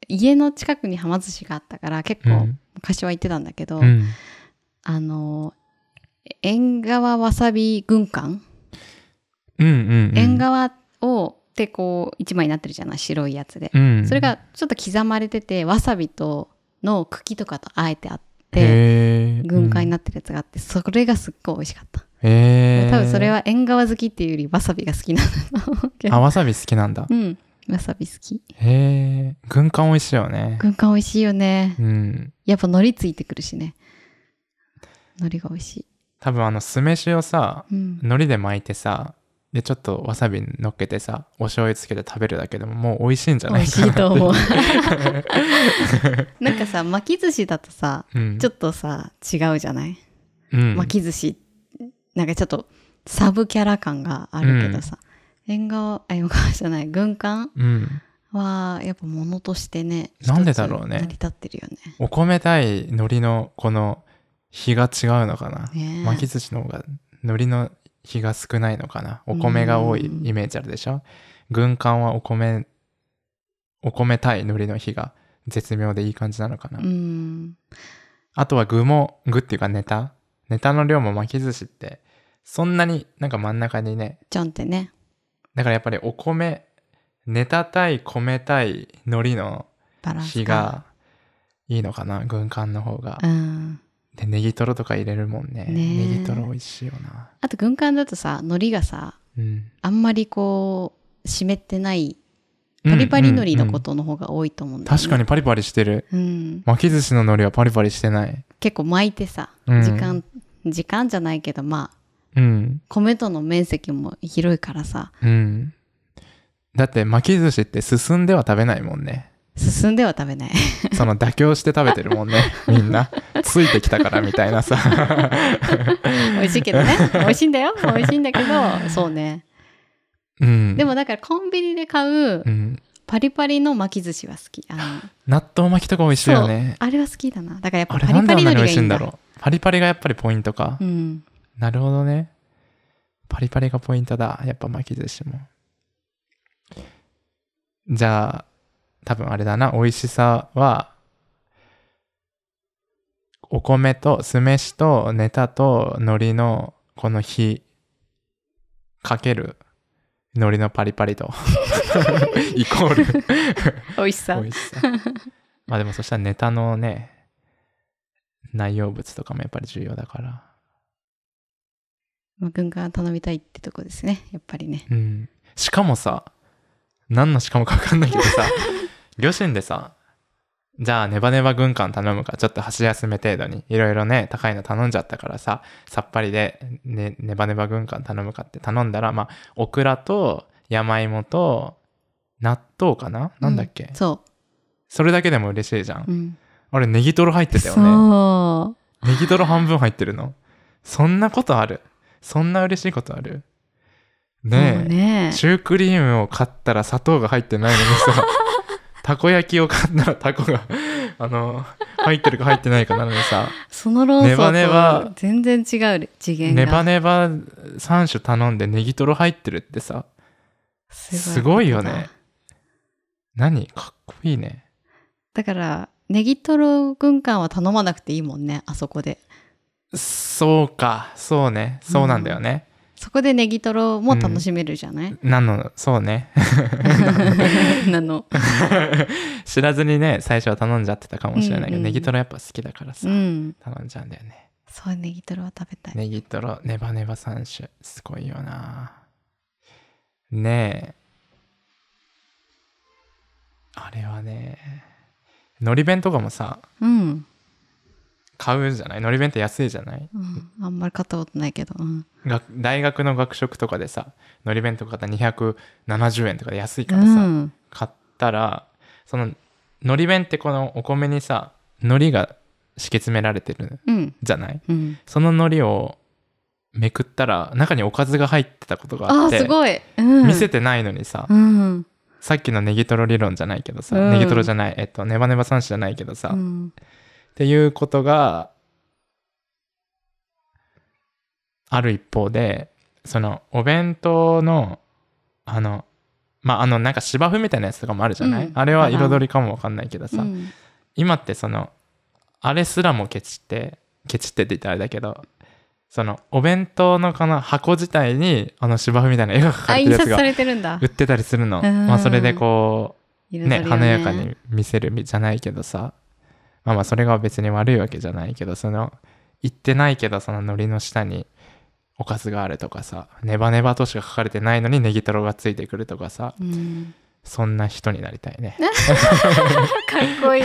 Speaker 2: 家の近くにはま寿司があったから結
Speaker 1: う
Speaker 2: 構
Speaker 1: ん
Speaker 2: 昔は行ってたんだけど、
Speaker 1: うん
Speaker 2: あの縁側わさび軍艦、
Speaker 1: うんうんうん
Speaker 2: 縁側をってこう一枚になってるじゃない白いやつで、
Speaker 1: うん
Speaker 2: それがちょっと刻まれててわさびとの茎とかとあえてあって
Speaker 1: へえ
Speaker 2: 軍艦にな
Speaker 1: っ
Speaker 2: ってるやつがあってそれがすっごい美味しかった、
Speaker 1: てへえ
Speaker 2: 多分それは縁側好きっていうよりわさびが好きなんだと思うけ
Speaker 1: あ
Speaker 2: ど
Speaker 1: わさび好きなんだ
Speaker 2: うんわさび好き
Speaker 1: へえ軍艦美味しいよね
Speaker 2: 軍艦美味しいよね
Speaker 1: うん
Speaker 2: やっぱ海苔ついてくるしね海苔が美味しい、
Speaker 1: 多分あの酢飯をさ
Speaker 2: うん、
Speaker 1: 海苔で巻いてさでちょっとわさび乗っけてさお醤油つけて食べるだけでももう美味しいんじゃ
Speaker 2: 美
Speaker 1: ない
Speaker 2: 味し
Speaker 1: かなっ
Speaker 2: い
Speaker 1: て
Speaker 2: と思うなんかさ巻き寿司だとさ
Speaker 1: うん
Speaker 2: ちょっとさ違うじゃない、
Speaker 1: うん
Speaker 2: 巻き寿司なんかちょっとサブキャラ感があるけどさ、縁側あ縁側じゃない軍艦
Speaker 1: うん
Speaker 2: はやっぱ物としてね
Speaker 1: なんでだろうね
Speaker 2: 一つ成り立ってるよね
Speaker 1: お米対海苔のこの比が違うのかな
Speaker 2: ねえ
Speaker 1: 巻き寿司の方が海苔の比が少ないのかなお米が多い
Speaker 2: うん
Speaker 1: イメージあるでしょ軍艦はお米お米対海苔の比が絶妙でいい感じなのかな、
Speaker 2: うん
Speaker 1: あとは具も具っていうかネタネタの量も巻き寿司ってそんなになんか真ん中にね
Speaker 2: ちょんってね
Speaker 1: だからやっぱりお米ネタ対米対海苔の
Speaker 2: バランス
Speaker 1: 比がいいのかな軍艦の方が、
Speaker 2: うん
Speaker 1: でネギトロとか入れるもんね
Speaker 2: ねえ
Speaker 1: ネギトロ美味しいよな
Speaker 2: あと軍艦だとさ海苔がさ
Speaker 1: うん
Speaker 2: あんまりこう湿ってないパリパリ海苔のことの方が多いと思うんだよね。
Speaker 1: 確かにパリパリしてる。
Speaker 2: うん、
Speaker 1: 巻き寿司の海苔はパリパリしてない。
Speaker 2: 結構巻いてさ、
Speaker 1: うん
Speaker 2: 時間、時間じゃないけど、まあ、
Speaker 1: うん。
Speaker 2: 米との面積も広いからさ、
Speaker 1: うん。だって巻き寿司って進んでは食べないもんね。
Speaker 2: 進んでは食べない。
Speaker 1: その妥協して食べてるもんね。 みんな。ついてきたからみたいなさ。
Speaker 2: 美味しいけどね。 美味しいんだよ。美味しいんだけど、そうね。
Speaker 1: うん。
Speaker 2: でもだからコンビニで買う
Speaker 1: うん。
Speaker 2: パリパリの巻き寿司は好き。あの
Speaker 1: 納豆巻きとか美味しいよね。
Speaker 2: あれは好きだな。だからやっぱ
Speaker 1: あれ
Speaker 2: パ
Speaker 1: な
Speaker 2: リ
Speaker 1: んであ
Speaker 2: パリ
Speaker 1: んな
Speaker 2: のり
Speaker 1: に美
Speaker 2: がい
Speaker 1: 味し
Speaker 2: い
Speaker 1: い
Speaker 2: ん
Speaker 1: ん
Speaker 2: だ
Speaker 1: だろう。パリパリがやっぱりポイントか。
Speaker 2: うん。
Speaker 1: なるほどね。パリパリがポイントだ。やっぱ巻き寿司も。じゃあ、多分あれだな。美味しさは、お米と酢飯とネタと海苔のこの火かける海苔のパリパリと イコール
Speaker 2: 美味しさ
Speaker 1: 美。味しさ。まあでもそしたらネタのね、内容物とかもやっぱり重要だから。
Speaker 2: まあ、軍艦頼みたいってとこですね。やっぱりね。
Speaker 1: うん、しかもさ何のしかもか分かんないけど さ両親でさじゃあネバネバ軍艦頼むかちょっと箸休め程度にいろいろね高いの頼んじゃったからささっぱりで、ね、ネバネバ軍艦頼むかって頼んだらまあオクラと山芋と納豆かななんだっけ、
Speaker 2: うそ
Speaker 1: それだけでも嬉しいじゃん、
Speaker 2: う。うん。
Speaker 1: あれネギトロ入ってたよね
Speaker 2: そ
Speaker 1: ネギトロ半分入ってるのそんなことあるそんな嬉しいことある
Speaker 2: う。
Speaker 1: ねえ
Speaker 2: もうね。
Speaker 1: シュークリームを買ったら砂糖が入ってないのに さたこ焼きを買ったらたこがあの入ってるか入ってないかなのにさ
Speaker 2: その論
Speaker 1: ネバネ
Speaker 2: 争
Speaker 1: バ
Speaker 2: と全然違う次元が。
Speaker 1: ネバネバ3種頼んでネギトロ入ってるってさすごいよ
Speaker 2: ことだ
Speaker 1: ね。何かっこいいね
Speaker 2: だから、ネギトロ軍艦は頼まなくていいもんね、あそこで。
Speaker 1: そうかそうねそうなんだよね、
Speaker 2: そこでネギトロも楽しめるじゃない、
Speaker 1: なのそうね
Speaker 2: なの。
Speaker 1: 知らずにね最初は頼んじゃってたかもしれないけど、
Speaker 2: うんうん
Speaker 1: ネギトロやっぱ好きだからさ、
Speaker 2: うん。
Speaker 1: 頼んじゃうんだよね
Speaker 2: そう、ネギトロは食べたい。
Speaker 1: ネギトロ、ネバネバ三種。すごいよな。ねえ。あれはね。のり弁とかもさ、
Speaker 2: うん、
Speaker 1: 買うじゃないのり弁って安いじゃない
Speaker 2: うん。あんまり買ったことないけど。うん。
Speaker 1: 学大学の学食とかでさ、のり弁とか買ったら270円とかで安いうからさ、
Speaker 2: ん。
Speaker 1: 買ったら、その、のり弁ってこのお米にさ、のりが敷き詰められてる
Speaker 2: うん。
Speaker 1: じゃない
Speaker 2: うん。
Speaker 1: そののりをめくったら、中におかずが入ってたことがあ
Speaker 2: あ
Speaker 1: っ
Speaker 2: あ、
Speaker 1: て。
Speaker 2: すごい。うん。
Speaker 1: 見せてないのにさ、
Speaker 2: うん。
Speaker 1: さっきのネギトロ理論じゃないけどさ、
Speaker 2: うん
Speaker 1: ネギトロじゃないえっとネバネバ三種じゃないけどさ、っ
Speaker 2: うん。
Speaker 1: ていうことがある一方でそのお弁当のあのまああのなんか芝生みたいなやつとかもあるじゃない、
Speaker 2: うん
Speaker 1: あれは彩りかもわかんないけどさ、
Speaker 2: うん
Speaker 1: 今ってそのあれすらもケチってケチってって言ったらあれだけどそのお弁当のこの箱自体にあの芝生みたいな絵が描か
Speaker 2: あ、
Speaker 1: れてる
Speaker 2: 印
Speaker 1: やつ
Speaker 2: 刷
Speaker 1: が
Speaker 2: されてるんだ
Speaker 1: 売。ってたりするの、
Speaker 2: うん
Speaker 1: まあそれでこう
Speaker 2: 彩
Speaker 1: ね
Speaker 2: りを
Speaker 1: 華やかに見せるじゃないけどさまあまあそれが別に悪いわけじゃないけどその言ってないけどその海苔の下におかずがあるとかさネバネバとしか書かれてないのにネギトロがついてくるとかさ
Speaker 2: うん。
Speaker 1: そんな人になりたいね
Speaker 2: かっこいい。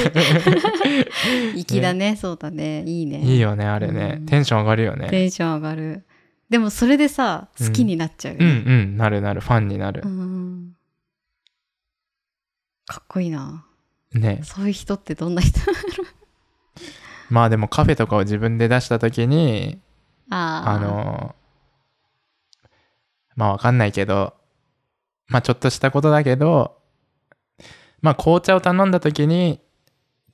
Speaker 2: 粋だね、そうだね。いいね。
Speaker 1: いいよねあれね、
Speaker 2: うん
Speaker 1: テンション上がるよね
Speaker 2: テンション上がる。でもそれでさ、
Speaker 1: うん
Speaker 2: 好きになっちゃうよ
Speaker 1: うん
Speaker 2: ね。
Speaker 1: うんなるなるファンになる
Speaker 2: う、んかっこいいな。
Speaker 1: ね
Speaker 2: そういう人ってどん な人
Speaker 1: まあでもカフェとかを自分で出した時に
Speaker 2: ああ。
Speaker 1: あのまあわかんないけどまあちょっとしたことだけどまあ紅茶を頼んだ時に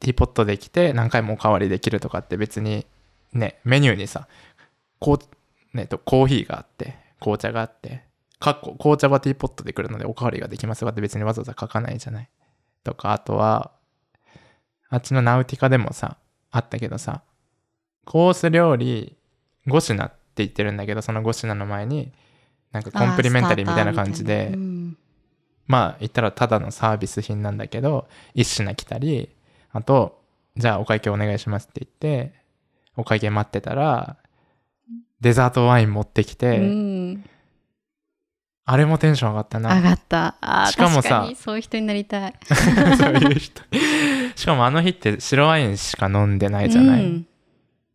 Speaker 1: ティーポットできて何回もおかわりできるとかって別にねメニューにさこう、ね、とコーヒーがあって紅茶があってかっこ紅茶はティーポットで来るのでおかわりができますがって別にわざわざ書かないじゃないとかあとはあっちのナウティカでもさあったけどさコース料理5品って言ってるんだけどその5品の前になんかコンプリメンタリーみたいな感じ
Speaker 2: あースター
Speaker 1: で
Speaker 2: ターみたいなうん
Speaker 1: まあ言ったらただのサービス品なんだけど一品来たりあとじゃあお会計お願いしますって言ってお会計待ってたらデザートワイン持ってきて、
Speaker 2: うん
Speaker 1: あれもテンション上がったな。
Speaker 2: 上がった。あー
Speaker 1: しかもさ
Speaker 2: 確かにそういう人になりたい。
Speaker 1: そういう人。しかもあの日って白ワインしか飲んでないじゃない。
Speaker 2: うん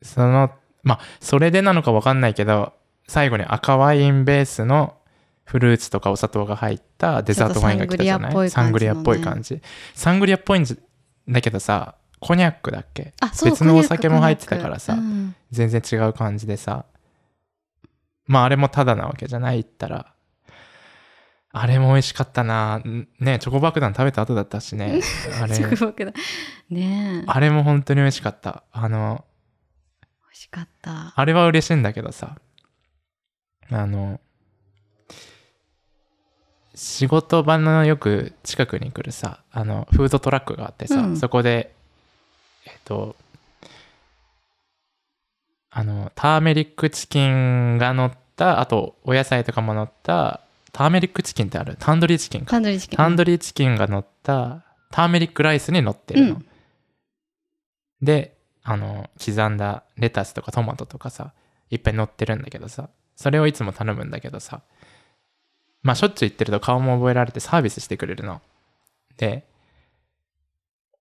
Speaker 1: その、まあ、それでなのかわかんないけど、最後に赤ワインベースのフルーツとかお砂糖が入ったデザートワインが来たじゃない
Speaker 2: ち
Speaker 1: サ
Speaker 2: ょ
Speaker 1: ン
Speaker 2: っとサン
Speaker 1: グ
Speaker 2: グ
Speaker 1: リ
Speaker 2: リ
Speaker 1: ア
Speaker 2: ア
Speaker 1: っ
Speaker 2: っ
Speaker 1: ぽ
Speaker 2: ぽ
Speaker 1: い
Speaker 2: い
Speaker 1: 感
Speaker 2: 感
Speaker 1: じ。サングリアっぽいんじだけどさ、コニャックだっけ
Speaker 2: あ、そう
Speaker 1: 別のお
Speaker 2: こに
Speaker 1: 酒も入ってたからさ
Speaker 2: こにうん
Speaker 1: 全然違う感じでさまああれもただなわけじゃないったらあれも美味しかったなんねチョコ爆弾食べた後だったし ねあれ
Speaker 2: 直爆だ。ねえ。美
Speaker 1: あれも本当に美味しかったあの
Speaker 2: 味しかった。
Speaker 1: あれは嬉しいんだけどさあの仕事場のよく近くに来るさあのフードトラックがあってさ、
Speaker 2: うん
Speaker 1: そこでえっとあのターメリックチキンが乗ったあとお野菜とかも乗ったターメリックチキンってあるタンドリーチキンか
Speaker 2: タンドリーチキン。
Speaker 1: タンドリーチキンが乗ったターメリックライスに乗ってるの。
Speaker 2: うん
Speaker 1: であの刻んだレタスとかトマトとかさいっぱい乗ってるんだけどさそれをいつも頼むんだけどさまあしょっちゅう行ってると顔も覚えられてサービスしてくれるの。で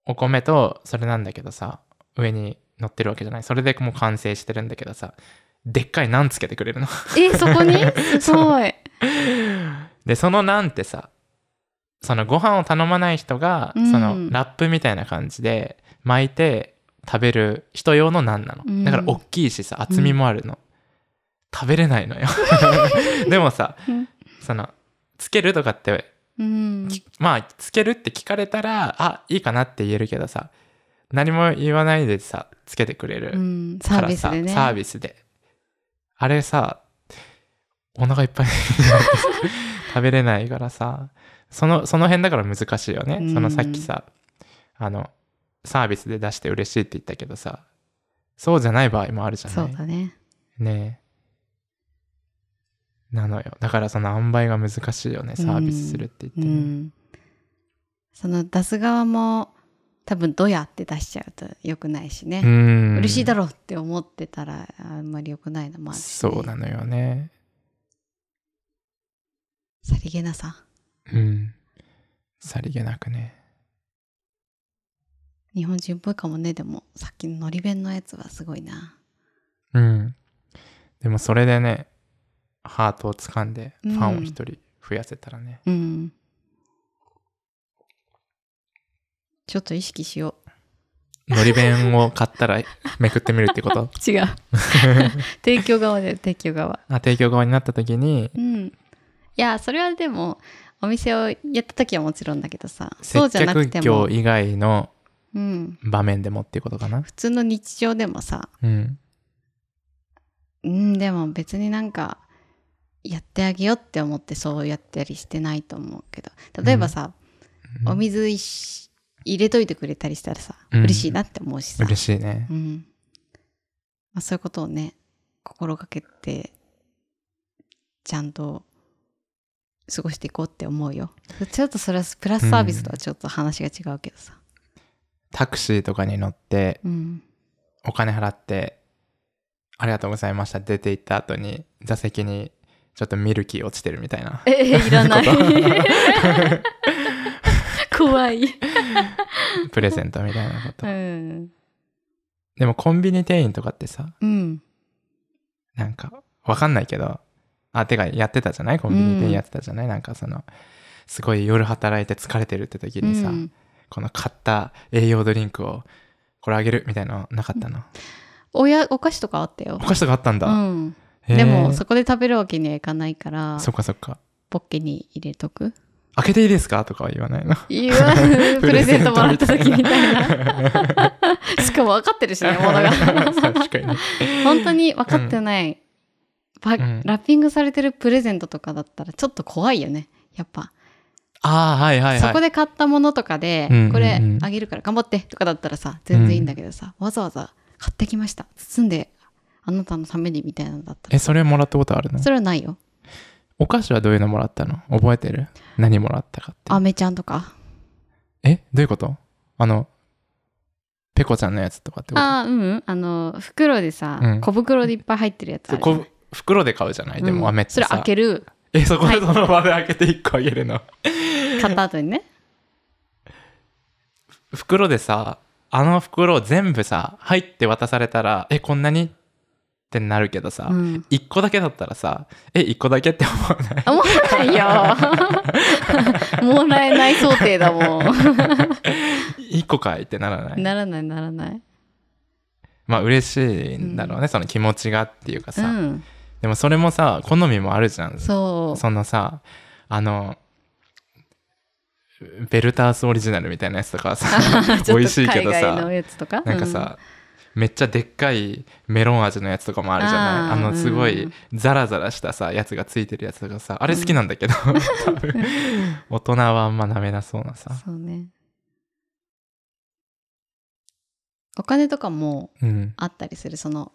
Speaker 1: お米とそれなんだけどさ上に乗ってるわけじゃないそれでもう完成してるんだけどさでっかいナンつけてくれるの。
Speaker 2: え、そこ にすごい。
Speaker 1: でそのなんてさそのご飯を頼まない人が、
Speaker 2: うん
Speaker 1: そのラップみたいな感じで巻いて食べる人用のなんなの、
Speaker 2: うん
Speaker 1: だから大きいしさ厚みもあるの、食べれない のよでもさ
Speaker 2: うん
Speaker 1: そのつけるとかって
Speaker 2: うん。
Speaker 1: まあつけるって聞かれたらあいいかなって言えるけどさ何も言わないでさつけてくれる、
Speaker 2: うんサ
Speaker 1: か
Speaker 2: ー
Speaker 1: ら
Speaker 2: ビス
Speaker 1: さ
Speaker 2: でね。
Speaker 1: サービスであれさお腹いっぱいになって さ食べれないからさそのその辺だから難しいよね、
Speaker 2: うん
Speaker 1: そのさっきさあのサービスで出して嬉しいって言ったけどさそうじゃない場合もあるじゃ
Speaker 2: そ
Speaker 1: な
Speaker 2: う
Speaker 1: い
Speaker 2: だね。
Speaker 1: ねえなのよだからその塩梅が難しいよねサービスするって言って
Speaker 2: う
Speaker 1: も、
Speaker 2: ん。その出す側も多分どうやって出しちゃうと良くないしね。
Speaker 1: うん
Speaker 2: 嬉しいだろうって思ってたらあんまり良くないのもあるし、ね。
Speaker 1: そうなのよね
Speaker 2: さりげなさ。
Speaker 1: うんさりげなくね
Speaker 2: 日本人っぽいかもね。でもさっきののり弁のやつはすごいな。
Speaker 1: うん。でもそれでね、ハートを掴んで、フ
Speaker 2: うん
Speaker 1: ァンを一人増やせたらね。
Speaker 2: うん。ちょっと意識しよ
Speaker 1: のり弁を買 ったらめくってみるってこと
Speaker 2: う。 違う。提供側で提供側。
Speaker 1: あ提供側になった時に、
Speaker 2: うん。いや、それはでも、お店をやった時はもちろんだけどさ、そ
Speaker 1: 接
Speaker 2: うじゃなく
Speaker 1: 客
Speaker 2: て
Speaker 1: 業
Speaker 2: も、
Speaker 1: 以外の
Speaker 2: うん。
Speaker 1: 場面でもっていうことかな。
Speaker 2: 普通の日常でもさ、
Speaker 1: うん。
Speaker 2: うん、でも別になんか、やってあげようって思ってそうやったりしてないと思うけど、例えばさ、
Speaker 1: うん
Speaker 2: お水いし入れといてくれたりしたらさ、
Speaker 1: うん
Speaker 2: 嬉しいなって思うしさ、
Speaker 1: 嬉しいね。
Speaker 2: うん。まあ、そういうことをね、心がけて、ちゃんと過ごしていこうって思うよ。ちょっとそれはプラスサービスとはちょっと話が違うけどさ。
Speaker 1: タクシーとかに乗って、
Speaker 2: うん。
Speaker 1: お金払って、ありがとうございました。出て行った後に、座席にちょっとミルキー落ちてるみたいな。
Speaker 2: えいらない
Speaker 1: こ。
Speaker 2: 怖い。
Speaker 1: プレゼントみたいなこと
Speaker 2: う。ん。
Speaker 1: でもコンビニ店員とかってさ、
Speaker 2: うん。
Speaker 1: なんか、わかんないけど、あ、てかやってたじゃないコンビニ
Speaker 2: うん
Speaker 1: でやってたじゃない、なんかその、すごい夜働いて疲れてるって時にさ、
Speaker 2: うん
Speaker 1: この買った栄養ドリンクを、これあげるみたいなのなかったの。
Speaker 2: おやお菓子とかあったよ
Speaker 1: お。菓子とかあったん
Speaker 2: う
Speaker 1: だ。
Speaker 2: ん。
Speaker 1: へー
Speaker 2: でも、そこで食べるわけにはいかないから、
Speaker 1: そっかそっか。
Speaker 2: ポッケに入れと く。
Speaker 1: 開けていいですかとかは言わないの。
Speaker 2: いやプレゼントもらった時みたいな。
Speaker 1: な。
Speaker 2: しかも分かってるしね、もの が。
Speaker 1: 確 かに。
Speaker 2: 本当に分かってない、パ
Speaker 1: うん
Speaker 2: ラッピングされてるプレゼントとかだったらちょっと怖いよねやっぱ、
Speaker 1: ああ、はいはいはい。
Speaker 2: そこで買ったものとかで、
Speaker 1: うんうんうん
Speaker 2: これあげるから頑張ってとかだったらさ全然いいんだけどさ、わざわざ買ってきました包んであなたのためにみたいなのだったら
Speaker 1: え、それもらったことあるの
Speaker 2: それはないよ
Speaker 1: お菓子はどういうのもらったの覚えてる何もらったかって。
Speaker 2: アメちゃんとか
Speaker 1: えどういうことあのペコちゃんのやつとかってこと
Speaker 2: ああーうんうんあの袋でさ、
Speaker 1: うん
Speaker 2: 小袋でいっぱい入ってるやつ
Speaker 1: そう
Speaker 2: あるじゃん
Speaker 1: こう袋で買うじゃない、で
Speaker 2: うん
Speaker 1: もアメって
Speaker 2: それ
Speaker 1: さ
Speaker 2: 開ける
Speaker 1: え、そこ
Speaker 2: は
Speaker 1: で
Speaker 2: い
Speaker 1: その場で開けて1個あげるの。
Speaker 2: 買った後にね。
Speaker 1: 袋でさ、あの袋を全部さ、入って渡されたら、え、こんなにってなるけどさ、
Speaker 2: うん。
Speaker 1: 一1個だけだったらさ、え、1個だけって思わない
Speaker 2: あもらえないよ。もらえない想定だ もん。
Speaker 1: ?1 個かいってならない。
Speaker 2: ならないならない。
Speaker 1: まあ嬉しいんだろうね、その気持ちがっていうか
Speaker 2: う
Speaker 1: さ、
Speaker 2: ん。
Speaker 1: でもそれもさ好みもあるじゃん
Speaker 2: そう。
Speaker 1: そのさあのベルタースオリジナルみたいなやつとかは さ
Speaker 2: ちょっと
Speaker 1: 美味しいけど
Speaker 2: 海外の
Speaker 1: さ
Speaker 2: やつとか
Speaker 1: なんか、さ、めっちゃでっかいメロン味のやつとかもあるじゃないあ
Speaker 2: あー
Speaker 1: のすご
Speaker 2: う
Speaker 1: い
Speaker 2: ん
Speaker 1: ザラザラしたさやつがついてるやつとかさあれ好きなんだ けど、多分大人はあんまダメなそうな
Speaker 2: うん
Speaker 1: さ、
Speaker 2: そうねお金とかも
Speaker 1: うん
Speaker 2: あったりするその、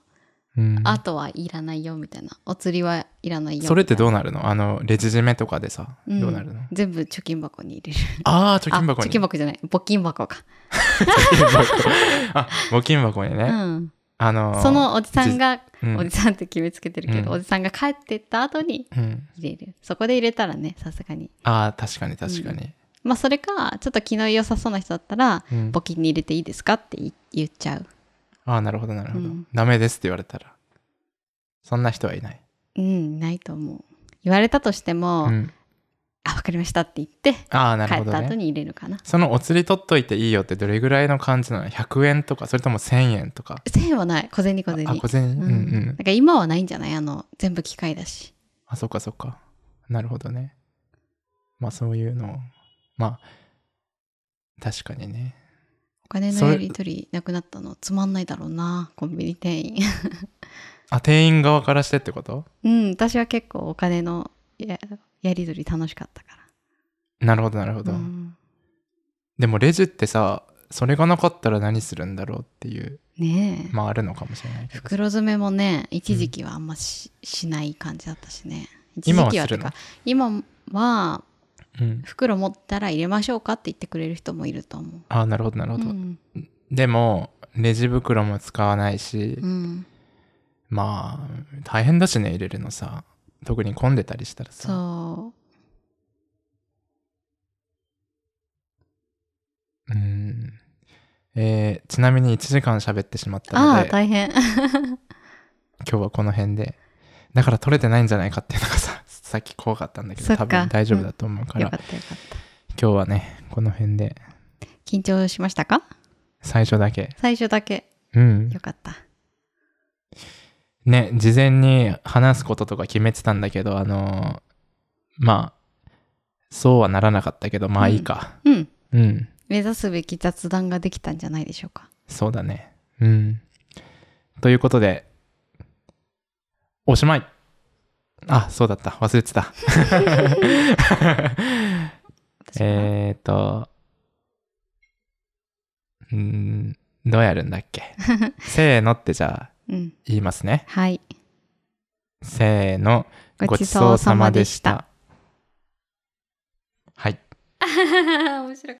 Speaker 1: うん、
Speaker 2: あとはいらないよみたいなお釣りはいらないよ
Speaker 1: それってど
Speaker 2: う
Speaker 1: うなるのあのレジ締めとかでさ、
Speaker 2: ん
Speaker 1: どうなるの
Speaker 2: 全部貯金箱に入れる
Speaker 1: ああ貯金箱
Speaker 2: あ
Speaker 1: に
Speaker 2: 貯金箱じゃない募金箱か、
Speaker 1: あ募金箱にね、
Speaker 2: うん、
Speaker 1: あのー
Speaker 2: そのおじさんが、
Speaker 1: うん
Speaker 2: おじさんって決めつけてるけど、
Speaker 1: うん
Speaker 2: おじさんが帰ってった後に
Speaker 1: うん、
Speaker 2: 入れるそこで入れたらねさすがに
Speaker 1: ああ確かに確かに、
Speaker 2: まあそれかちょっと気の良さそうな人だったら
Speaker 1: うん
Speaker 2: 募金に入れていいですかって言言っちゃう
Speaker 1: ああなるほどなるほど、
Speaker 2: うん
Speaker 1: ダメですって言われたらそんな人はいない、
Speaker 2: うん、ないと思う。言われたとしても、
Speaker 1: うん、
Speaker 2: あ、わかりましたって言って、
Speaker 1: ああなる
Speaker 2: 帰
Speaker 1: ほ
Speaker 2: っ
Speaker 1: ど
Speaker 2: た後
Speaker 1: ね
Speaker 2: に入れるかな。
Speaker 1: そのお釣り取っといていいよってどれぐらいの感じなの100円とかそれとも1000円とか
Speaker 2: 1000円はない、小銭小銭。
Speaker 1: あ小銭うんうん、
Speaker 2: なんか今はないんじゃないあの、全部機械だし。
Speaker 1: あそっかそっかなるほどねまあそういうのをまあ確かにね
Speaker 2: お金
Speaker 1: そ
Speaker 2: の
Speaker 1: れ
Speaker 2: やり取りなくなったのつまんないだろうな、コンビニ店員。
Speaker 1: あ店員側からしてってこと
Speaker 2: うん、私は結構お金のややり取り楽しかったか
Speaker 1: なるほどなるほど、
Speaker 2: ら。うん
Speaker 1: でもレジってさそれがなかったら何するんだろうっていう
Speaker 2: ねえ。
Speaker 1: まああるのかもしれないけど
Speaker 2: 袋詰めもね、一時期はあんまし,、しない感じだったしね。一
Speaker 1: 今
Speaker 2: 時
Speaker 1: は
Speaker 2: 期は
Speaker 1: す
Speaker 2: と
Speaker 1: る
Speaker 2: か
Speaker 1: の、
Speaker 2: 今は
Speaker 1: うん、
Speaker 2: 袋持ったら入れましょうかって言ってくれる人もいると思う。
Speaker 1: あなるほどなるほど、
Speaker 2: うん
Speaker 1: でもレジ袋も使わないし、
Speaker 2: うん、
Speaker 1: まあ大変だしね入れるのさ特に混んでたりしたらさ
Speaker 2: そう
Speaker 1: うんえーちなみに1時間喋ってしまった
Speaker 2: あ
Speaker 1: の
Speaker 2: あ
Speaker 1: で
Speaker 2: 大変
Speaker 1: 今日はこの辺でだから取れてないんじゃないかっていうのがさ さっき怖かったんだけど
Speaker 2: そっか
Speaker 1: 多分大丈夫だと思うから、
Speaker 2: よかったよかった
Speaker 1: 今日はねこの辺で
Speaker 2: 緊張しましたか
Speaker 1: 最初だけ
Speaker 2: 最初だけ
Speaker 1: うん
Speaker 2: よかった
Speaker 1: ね事前に話すこととか決めてたんだけどあのーまあそうはならなかったけどまあいいか
Speaker 2: うん
Speaker 1: うん
Speaker 2: 目指すべき雑談ができたんじゃないでしょうか
Speaker 1: そうだね。うん。ということで、おしまいあ、そうだった。忘れてた。
Speaker 2: 私は
Speaker 1: えっと、うーん、どうやるんだっ けせーのってじゃあ
Speaker 2: うん
Speaker 1: 言いますね。
Speaker 2: はい
Speaker 1: せーの、
Speaker 2: ごちそうさまでした
Speaker 1: ごちそうさまでした。はい。
Speaker 2: 面白かった